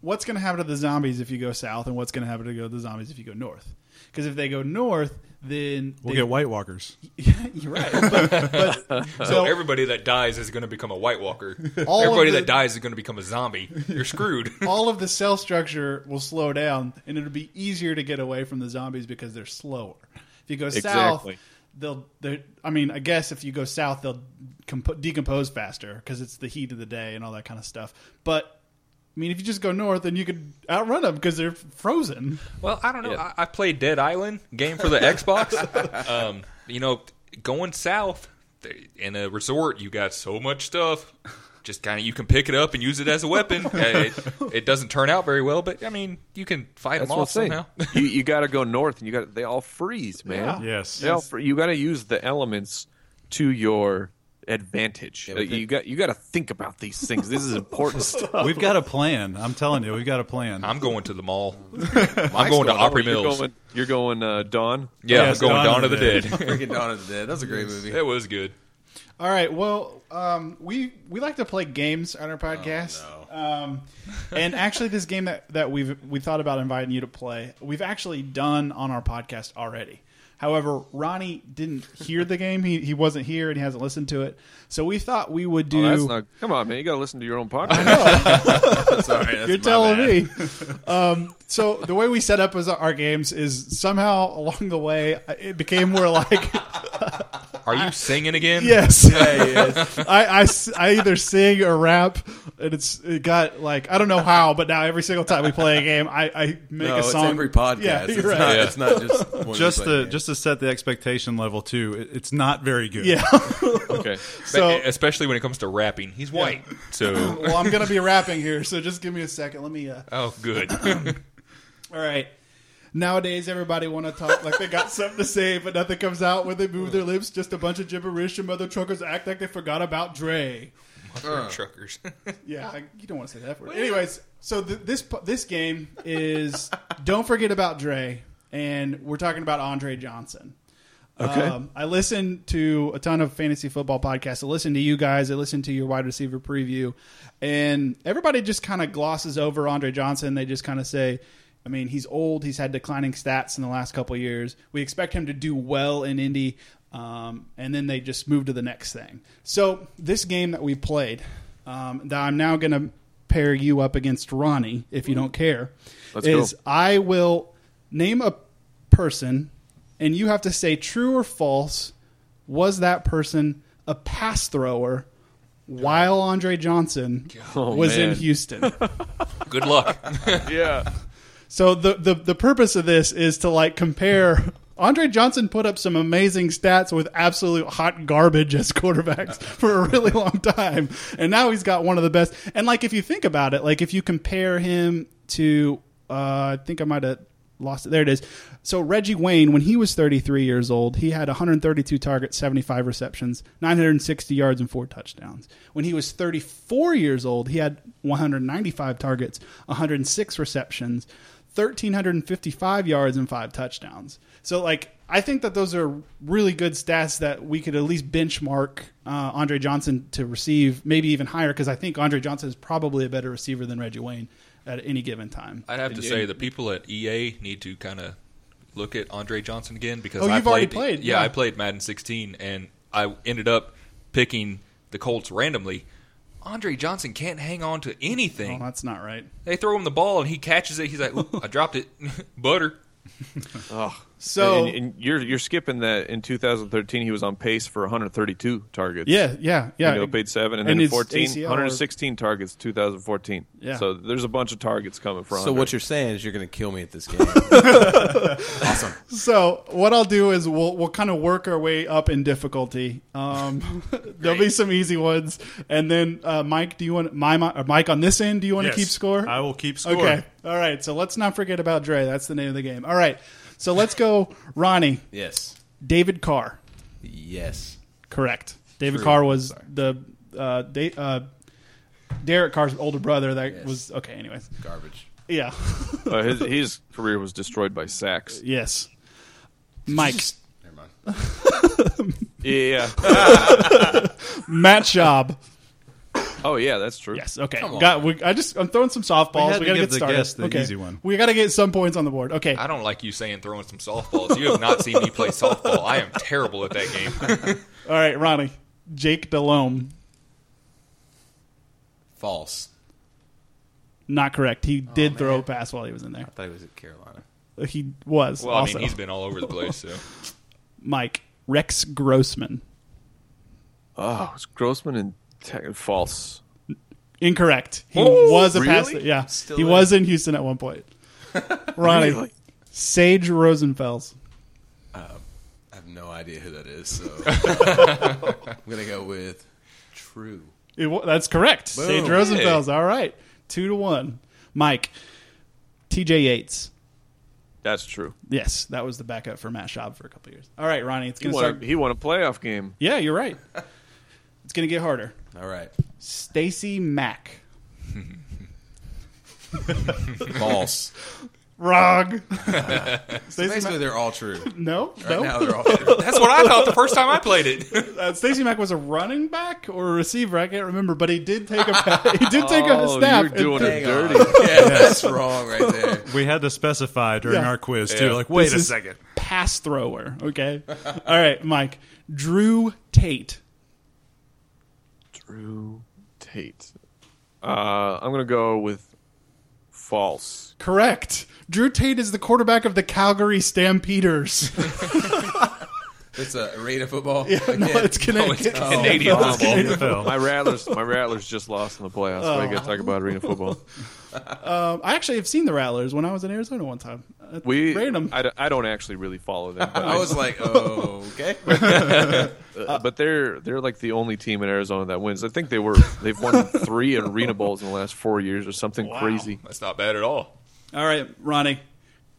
what's going to happen to the zombies if you go south, and what's going to happen to go the zombies if you go north? Because if they go north, then
we'll
they,
get White Walkers.
you're right. But, but-
so
so
everybody that dies is going to become a White Walker.
All of
everybody
the-
that dies is going to become a zombie. You're screwed.
all of the cell structure will slow down, and it'll be easier to get away from the zombies because they're slower. If you go
Exactly.
south, they'll. they're- I mean, I guess if you go south, they'll comp- decompose faster because it's the heat of the day and all that kind of stuff. But I mean, if you just go north, then you could outrun them because they're frozen.
Well, I don't know.
Yeah.
I, I played Dead Island game for the Xbox. um, you know, going south th- in a resort, you got so much stuff. Just kind of you can pick it up and use it as a weapon. Uh, it, it doesn't turn out very well, but I mean, you can fight them
That's what I'm
off
saying.
somehow.
you you got to go north, and you got they all freeze, man.
Yeah.
Yes.
Yeah, for- you got to use the elements to your advantage.
Yeah,
Like,
okay.
you got you got to think about these things. This is important stuff.
We've got a plan. I'm telling you, we've got a plan.
I'm going to the mall. I'm going to Opry
You're
Mills.
going, you're going uh, Dawn.
yeah,
Yes,
I'm going
Dawn
Dawn,
of
of
the
the Dead.
Freaking Dawn of the Dead. That was a great movie.
it was good.
All right. Well, um, we we like to play games on our podcast. um, and actually, this game that, that we've we thought about inviting you to play, we've actually done on our podcast already. However, Ronnie didn't hear the game. He, he wasn't here and he hasn't listened to it. So we thought we would
Oh,
do.
that's not. Come on, man. You got to listen to your own podcast.
Sorry, that's
You're
my
telling
bad.
me. Um, so the way we set up is our games is somehow along the way it became more like
Are you singing again?
Yes.
Yeah, yeah.
I, I s- I either sing or rap, and it's it got like I don't know how, but now every single time we play a game, I, I make
no,
a song.
it's every podcast.
Yeah,
it's,
you're right.
not,
Yeah.
it's not just one
Just
the
to just to set the expectation level too, it, it's not very good.
yeah.
Okay.
so
e-, especially when it comes to rapping, he's white. So,
well, I'm gonna be rapping here, so just give me a second. Let me. Uh,
oh, good.
all right. Nowadays, everybody want to talk like they got something to say, but nothing comes out when they move their lips. Just a bunch of gibberish, and mother truckers act like they forgot about Dre.
Truckers.
Yeah, I, you don't want to say that word. Anyways, so th- this p- this game is don't forget about Dre, and we're talking about Andre Johnson.
Okay.
Um, I listen to a ton of fantasy football podcasts. I listen to you guys. I listen to your wide receiver preview, and everybody just kind of glosses over Andre Johnson. They just kind of say, "I mean, he's old. He's had declining stats in the last couple of years. We expect him to do well in Indy." Um, and then they just move to the next thing. So this game that we played, um, that I'm now going to pair you up against Ronnie, if you don't care,
Let's
is
go.
I will name a person, and you have to say true or false. Was that person a pass thrower while Andre Johnson was in
man.
Houston?
Good luck.
Yeah.
So the, the the purpose of this is to like compare. Andre Johnson put up some amazing stats with absolute hot garbage as quarterbacks for a really long time, and now he's got one of the best. And like if you think about it, like if you compare him to, uh, I think I might have lost it. There it is. So Reggie Wayne, when he was 33 years old, he had 132 targets, 75 receptions, 960 yards, and four touchdowns. When he was 34 years old, he had 195 targets, 106 receptions, 1,355 yards, and five touchdowns. So, like, I think that those are really good stats that we could at least benchmark uh, Andre Johnson to receive, maybe even higher, because I think Andre Johnson is probably a better receiver than Reggie Wayne at any given time.
I'd have to say the people at EA need to kind of look at Andre Johnson again because
Oh,
I
you've
played,
already played,
Yeah,
yeah.
I played Madden 16 and I ended up picking the Colts randomly. Andre Johnson can't hang on to
Oh,
anything.
that's not right.
They throw him the ball and he catches it. He's like, "Ooh, I dropped it, butter."
Oh.
So-
and, and you're you're skipping that in 2013 he was on pace for 132 targets.
Yeah, yeah, yeah.
You know, paid seven, and,
And
then
his
14,
ACL or-
116 targets, 2014.
Yeah.
So there's a bunch of targets coming from.
So what you're saying is you're going to kill me at this game.
So what I'll do is we'll we'll kind of work our way up in difficulty. Um, there'll be some easy ones, and then uh, Mike, do you want my, my or Mike on this end? Do you want
Yes.
to keep score?
I will keep score.
Okay. All right. So let's not forget about Dre. That's the name of the game. All right. So let's go, Ronnie.
yes,
David Carr.
yes.
Correct. David
True.
Carr was
Sorry.
the uh, da- uh, Derek Carr's older brother. That
Yes.
was okay. Anyways,
Garbage.
yeah.
Uh, his, his career was destroyed by sacks.
yes. Mike.
Never mind.
Yeah.
Matt Schaub.
oh yeah, that's true.
Yes. Okay.
Come on.
Got. We, I just. I'm throwing some softballs.
We
We,
had to
gotta
give
get
the
started.
guest the
okay.
easy one.
We gotta get some points on the board. Okay.
I don't like you saying throwing some softballs. You have not seen me play softball. I am terrible at that game.
All right, Ronnie. Jake Delhomme.
False.
Not correct. He did
man.
throw a pass while he was in there. Uh,
I thought he was at Carolina.
He was
Well,
also
I mean, he's been all over the place. So
Mike Rex Grossman.
Oh, it's Grossman and Te- false.
Incorrect. He
Oh,
was a pass.
really?
Yeah,
Still
he
is.
was in Houston at one point. Ronnie
Really?
Sage Rosenfels.
I have no idea who that is, so I'm going to go with true.
It wa- that's correct.
Boom.
Sage Rosenfels. All right, two to one. Mike T.J. Yates.
That's true.
Yes, that was the backup for Matt Schaub for a couple years. All right, Ronnie, it's
He
gonna
won,
start.
a, he won a playoff game.
Yeah, you're right. it's gonna get harder.
All right.
Stacy Mack.
False.
Wrong. Stacy Mack.
Basically, they're all true.
No,
Right
no.
now, they're all true.
that's what I thought the first time I played it.
Uh, Stacy Mack was a running back or a receiver. I can't remember, but he did take a he did take
Oh,
a snap.
you're
and
doing
threw-
it
Hang on.
dirty.
Yeah, that's wrong right there.
We had to specify during
Yeah.
our quiz too.
Yeah.
Like, wait
This
a
is
second.
Pass thrower. Okay. All right, Mike. Drew Tate.
Drew Tate. Uh, I'm gonna go with false.
Correct. Drew Tate is the quarterback of the Calgary Stampeders.
It's a Raider football.
no,
Again.
it's Connecticut.
Oh, Canadian
Oh,
football.
boy. my rattlers, my rattlers just lost in the playoffs. We got to
Oh.
talk about arena football.
Um, I actually have seen the Rattlers when I was in Arizona one time. Uh,
We
random.
I, don't- I don't actually really follow them, but,
I was like, oh, okay.
uh, but they're they're like the only team in Arizona that wins. I think they were they've won three arena bowls in the last four years or something
Wow.
crazy.
That's not bad at all.
All right, Ronnie.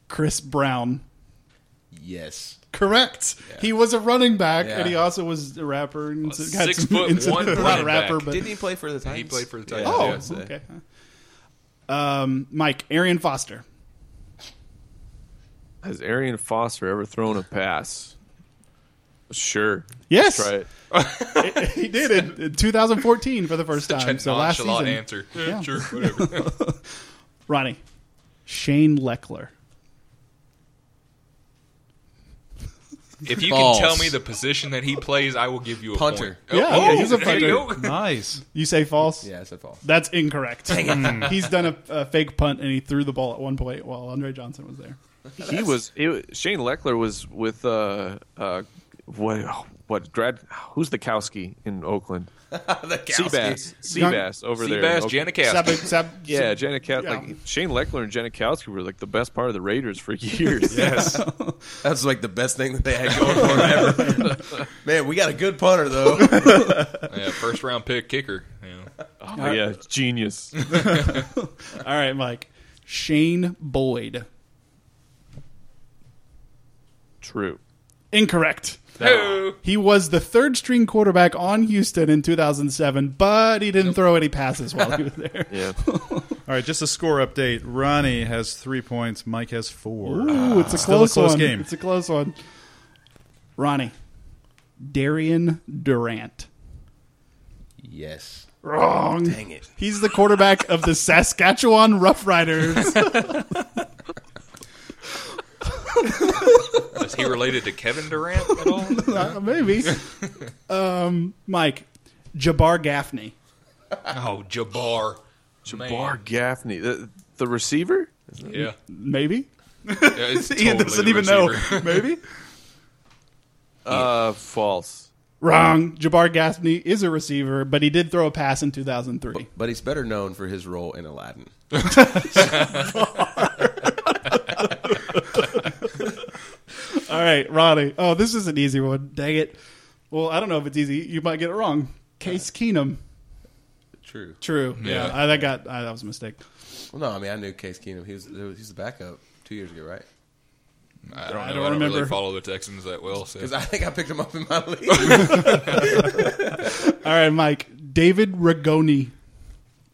Chris Brown.
yes.
Correct. He was a running back,
Yeah.
and he also was a rapper. And so- got
six
some
foot
incident-
one
not a
running
rapper,
back.
but
Didn't he play for the Titans?
played for the
Yeah,
Titans,
I
oh,
would say.
okay. Um, Mike Arian Foster.
Has Arian Foster ever thrown a pass? Sure,
Yes,
try it.
he did in, in 2014 for the first
Such
time.
a
So last
nonchalant
season,
answer. Yeah,
Yeah.
Sure, whatever.
Ronnie, Shane Leckler.
if you
Balls.
can tell me the position that he plays, I will give you a
Punter.
Point.
Yeah, yeah, he's a
Oh, there you go.
nice.
You say false?
Yeah, it's a false.
That's incorrect. He's done a, a fake punt and he threw the ball at one point while Andre Johnson was there.
He was he, was- Shane Leckler was with uh uh what what grad who's the Kowski in Oakland
the Kowski.
Seabass Seabass over there in
Seabass,
Oakland.
Janikowski.
Sab- Sab-
yeah Janikowski
Yeah.
like Shane Leckler and Janikowski were like the best part of the Raiders for years
Yes.
That's like the best thing that they had going for them ever. Man, we got a good punter though.
Yeah, first round pick kicker. Yeah.
oh, yeah genius
All right, Mike. Shane Boyd.
true
Incorrect.
Hey.
He was the third string quarterback on Houston in 2007, but he didn't throw any passes while he was there.
yeah
All right, just a score update. Ronnie has three points. Mike has four.
Ooh, it's a
Ah, Still a
close,
close
one.
game.
It's a close one. Ronnie, Darian Durant.
yes.
Wrong.
Dang it.
He's the quarterback of the Saskatchewan Rough Riders.
Is he related to Kevin Durant at all?
Uh, maybe. Um, Mike, Jabbar Gaffney.
Oh, Jabbar.
Jabbar Gaffney the, the receiver
Man. Yeah.
Maybe.
yeah it's totally the receiver.
Maybe.
uh false
Wrong. Jabbar Gaffney is a receiver, but he did throw a pass in 2003.
But he's better known for his role in Aladdin.
All right, Ronnie. Oh, this is an easy one. Dang it. Well, I don't know if it's easy. You might get it wrong. Case Keenum.
True.
True. Yeah,
Yeah.
I, that got I, that was a mistake.
Well, no, I mean I knew Case Keenum. He was he's the backup two years ago, right?
I don't, know.
I
I
don't
don't
remember.
really follow the Texans that well. So.
Because I think I picked him up in my league.
All right, Mike. David Ragoni.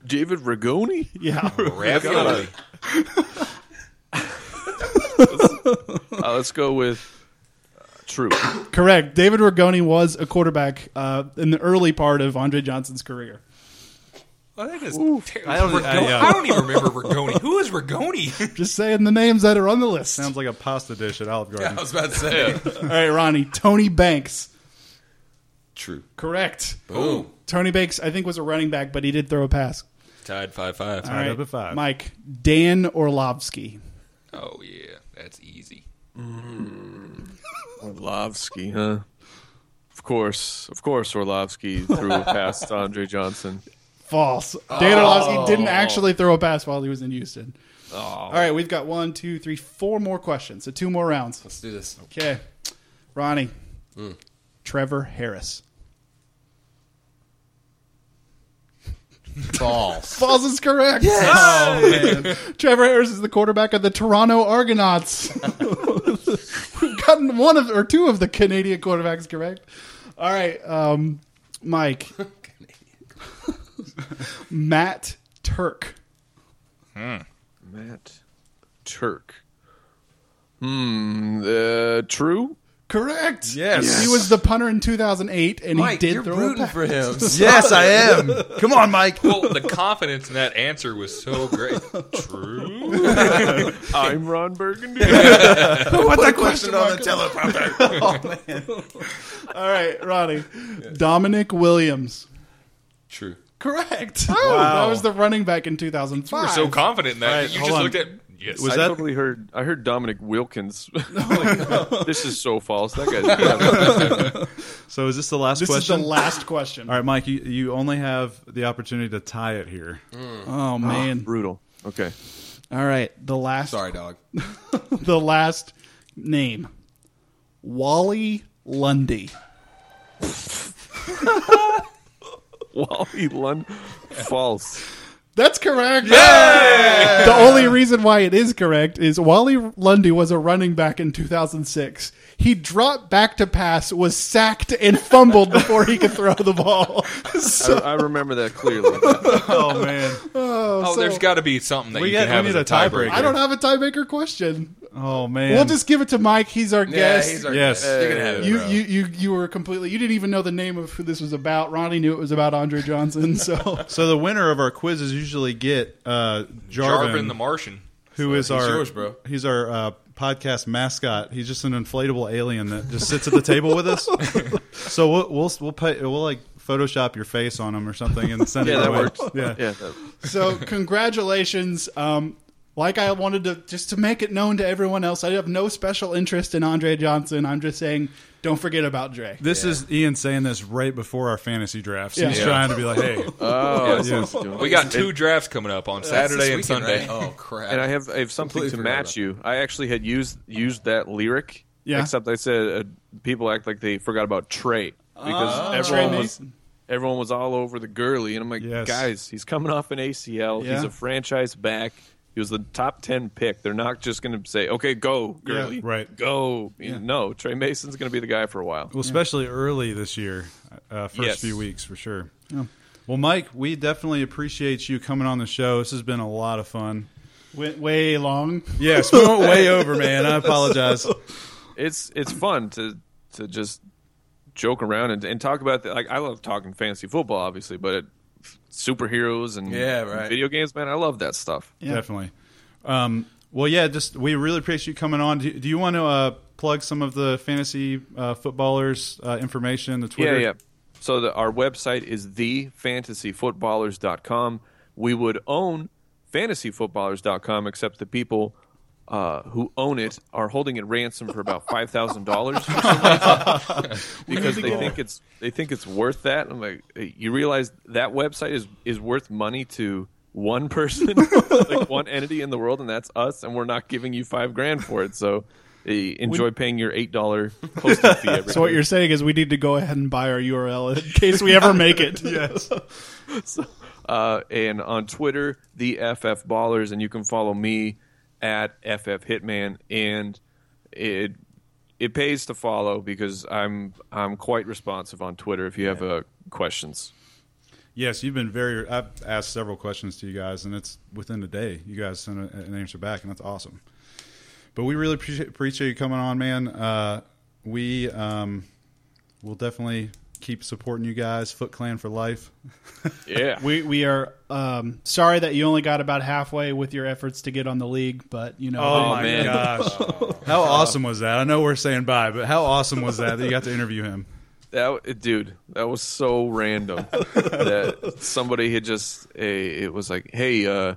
David Ragoni
Yeah.
Ravioli.
uh, let's go with uh, true
Correct. David Ragoni was a quarterback uh, in the early part of Andre Johnson's career.
Oh, that is ter-
I don't-
Rigoni-
I, uh, yeah.
I don't even remember Rigoni. Who is Rigoni?
Just saying the names that are on the list.
Sounds like a pasta dish at Olive
I
Garden.
was about to say.
All right, Ronnie. Tony Banks.
True.
Correct.
Boom.
Tony Banks, I think, was a running back, but he did throw a pass.
Tied 5 5.
All right,
up at five.
Mike. Dan Orlovsky.
Oh, yeah. That's easy.
Orlovsky, huh? Of course, of course, Orlovsky threw a pass to Andre Johnson.
False. Dan Orlovsky didn't actually throw a pass while he was in Houston. All right, we've got one, two, three, four more questions. So two more rounds.
Let's do this.
Okay. Ronnie. Trevor Harris.
False.
Falls is correct. Oh, Trevor Harris is the quarterback of the Toronto Argonauts. We've gotten one of or two of the Canadian quarterbacks correct. All right, um, Mike. Matt Turk.
Matt Turk. Hmm. Uh, true.
Correct.
Yes.
He was the punter in 2008, and
Mike,
he did
you're
throw a
rooting
pass.
for him. yes, I am. Come on, Mike.
Well, Oh, the confidence in that answer was so great. True.
I'm Ron Burgundy.
What's the question on the teleprompter?
All right, Ronnie. Dominic Williams.
True.
Correct. That was the running back in 2005.
We're so confident in that.
All right,
you
hold
just
on.
looked at. Yes.
Was
I
that-
totally heard. I heard Dominic Wilkins. this is so false. That guy's bad.
So is this the last
This
question?
is the last question.
All right, Mike, you, you only have the opportunity to tie it here.
Oh man!
brutal. Okay.
All right, the last,
Sorry, dog.
the last name, Wally Lundy.
Wally Lund. False.
That's correct. The only reason why it is correct is Wally Lundy was a running back in 2006. He dropped back to pass, was sacked, and fumbled before he could throw the ball.
I, I remember that clearly.
Oh man.
oh, there's got to be something that
We
you
got-
can
we
have
need
as
a
a
tiebreaker.
tiebreaker.
I don't have a tiebreaker question.
Oh man.
We'll just give it to Mike. He's our guest.
Yeah, he's our
Yes.
guest. You're gonna have it,
you,
bro.
you you you were completely. You didn't even know the name of who this was about. Ronnie knew it was about Andre Johnson. So
so the winner of our quizzes usually get uh, Jarvin,
Jarvin the Martian.
who is
He's
our
yours, bro.
he's our uh, podcast mascot. He's just an inflatable alien that just sits at the table with us. So we'll we'll we'll, pay, we'll like Photoshop your face on him or something and send it.
Yeah, that
your way.
works.
Yeah.
Yeah. that-
so congratulations. Um, like I wanted to just to make it known to everyone else, I have no special interest in Andre Johnson. I'm just saying, don't forget about Dre.
This is Ian saying this right before our fantasy drafts. He's
Yeah.
trying to be like, hey,
Oh,
Yes.
that's what it's doing.
We got two drafts coming up on
That's
Saturday and
this weekend,
Sunday.
right? Oh crap!
And I have I have something
Completely
to
forgot about
match you. I actually had used used that lyric.
Yeah.
Except I said uh, people act like they forgot about Trey because everyone
Oh. Trey
was
Mason.
everyone was all over the girly, and I'm like,
Yes.
guys, he's coming off an ACL.
Yeah.
He's a franchise back. He was the top ten pick. They're not just going to say, okay, go girly,
right.
Go. No, Trey Mason's going to be the guy for a while.
Well, especially early this year, uh, first
Yes.
few weeks for sure. Well, Mike, we definitely appreciate you coming on the show. This has been a lot of fun.
Went way long.
Yes, we went way over, man. I apologize.
it's it's fun to to just joke around and, and talk about the, like I love talking fantasy football obviously, but it, superheroes and
Yeah, right.
video games, man, I love that stuff.
Definitely. Um, well, yeah, just we really appreciate you coming on. Do, do you want to uh, plug some of the fantasy uh, footballers' uh, information, the Twitter?
Yeah, yeah. So the, our website is thefantasyfootballers.com. We would own fantasyfootballers.com, except the people uh, who own it are holding it ransom for about five thousand dollars because they think it's they think it's worth that. I'm like, you realize that website is is worth money to one person, like one entity in the world, and that's us, and we're not giving you five grand for it. So. eh, Enjoy paying your eight dollar posting fee every
So what
year.
you're saying is we need to go ahead and buy our URL in case we ever make it. yes.
uh, and on Twitter, the FF Ballers, and you can follow me at FF Hitman, and it it pays to follow because I'm I'm quite responsive on Twitter. If you have uh, questions,
Yes, you've been very. I've asked several questions to you guys, and it's within a day. You guys sent a, an answer back, and that's awesome. But we really appreciate, appreciate you coming on, man. Uh, we um, will definitely keep supporting you guys. Foot Clan for life.
yeah,
We we are um, sorry that you only got about halfway with your efforts to get on the league, but you know.
my Oh, man.
Oh, gosh, how awesome was that? I know we're saying bye, but how awesome was that that you got to interview him?
that w- dude, that was so random that somebody had just a it was like, hey. uh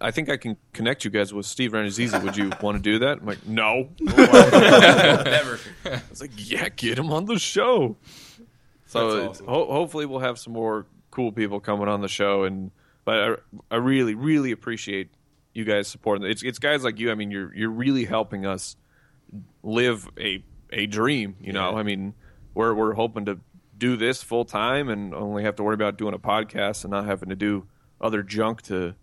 I think I can connect you guys with Steve Ranazizi. Would you want to do that? I'm like, no.
Never.
It's like, yeah, get him on the show. So
That's awesome.
ho- hopefully we'll have some more cool people coming on the show, and but I, I really, really appreciate you guys supporting. It's it's guys like you. I mean, you're you're really helping us live a a dream. You know, I mean, we're we're hoping to do this full time and only have to worry about doing a podcast and not having to do other junk to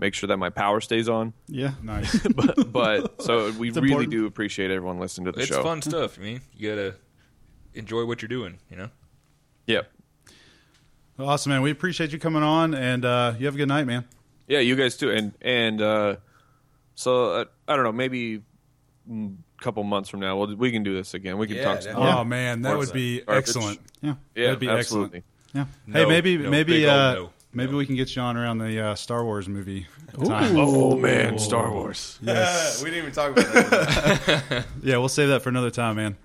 make sure that my power stays on.
yeah.
Nice.
But, but so we really
important.
do appreciate everyone listening to the
It's
show.
fun stuff. I mean, you gotta enjoy what you're doing. You know.
Yeah.
awesome, man. We appreciate you coming on, and uh, you have a good night, man.
Yeah, you guys too. And and uh, so uh, I don't know, maybe a couple months from now, we'll, we can do this again. We can
Yeah,
talk. Some,
definitely.
Oh man, that would be
Garbage.
excellent.
Yeah.
yeah,
that'd be
absolutely.
Yeah.
Hey,
No,
maybe
no,
maybe
big old
uh,
no.
maybe we can get you on around the uh, Star Wars movie. Time.
Oh man, Star Wars.
Yes.
we didn't even talk about that.
yeah, we'll save that for another time, man.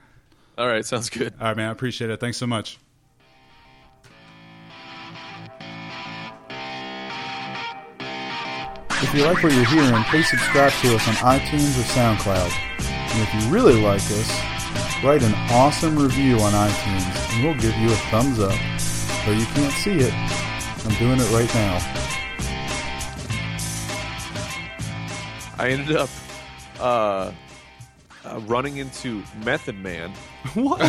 All right, sounds good.
All right, man. I appreciate it. Thanks so much. If you like what you're hearing, please subscribe to us on iTunes or SoundCloud. And if you really like us, write an awesome review on iTunes and we'll give you a thumbs up. Though you can't see it, I'm doing it right now.
I ended up uh, uh, running into Method Man. What?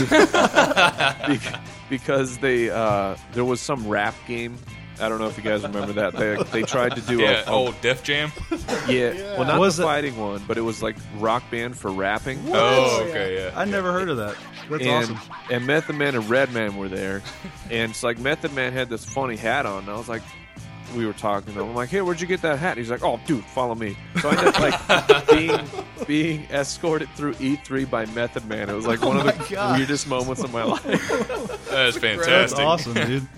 because they uh, there was some rap game. I don't know if you guys remember that. They they tried to do
Yeah,
a, a-
oh, Def Jam.
yeah, well not
Was
the
it-
fighting one, but it was like rock band for rapping.
Oh, okay, yeah.
I never heard of that. That's
and,
awesome.
And Method Man and Redman were there, and it's like Method Man had this funny hat on, and I was like, we were talking to him. I'm like, hey, where'd you get that hat? He's like, oh, dude, follow me. So I ended up like being being escorted through E3 by
Oh
Method Man. It was like one of the weirdest moments of my life.
That's fantastic.
That's awesome, dude.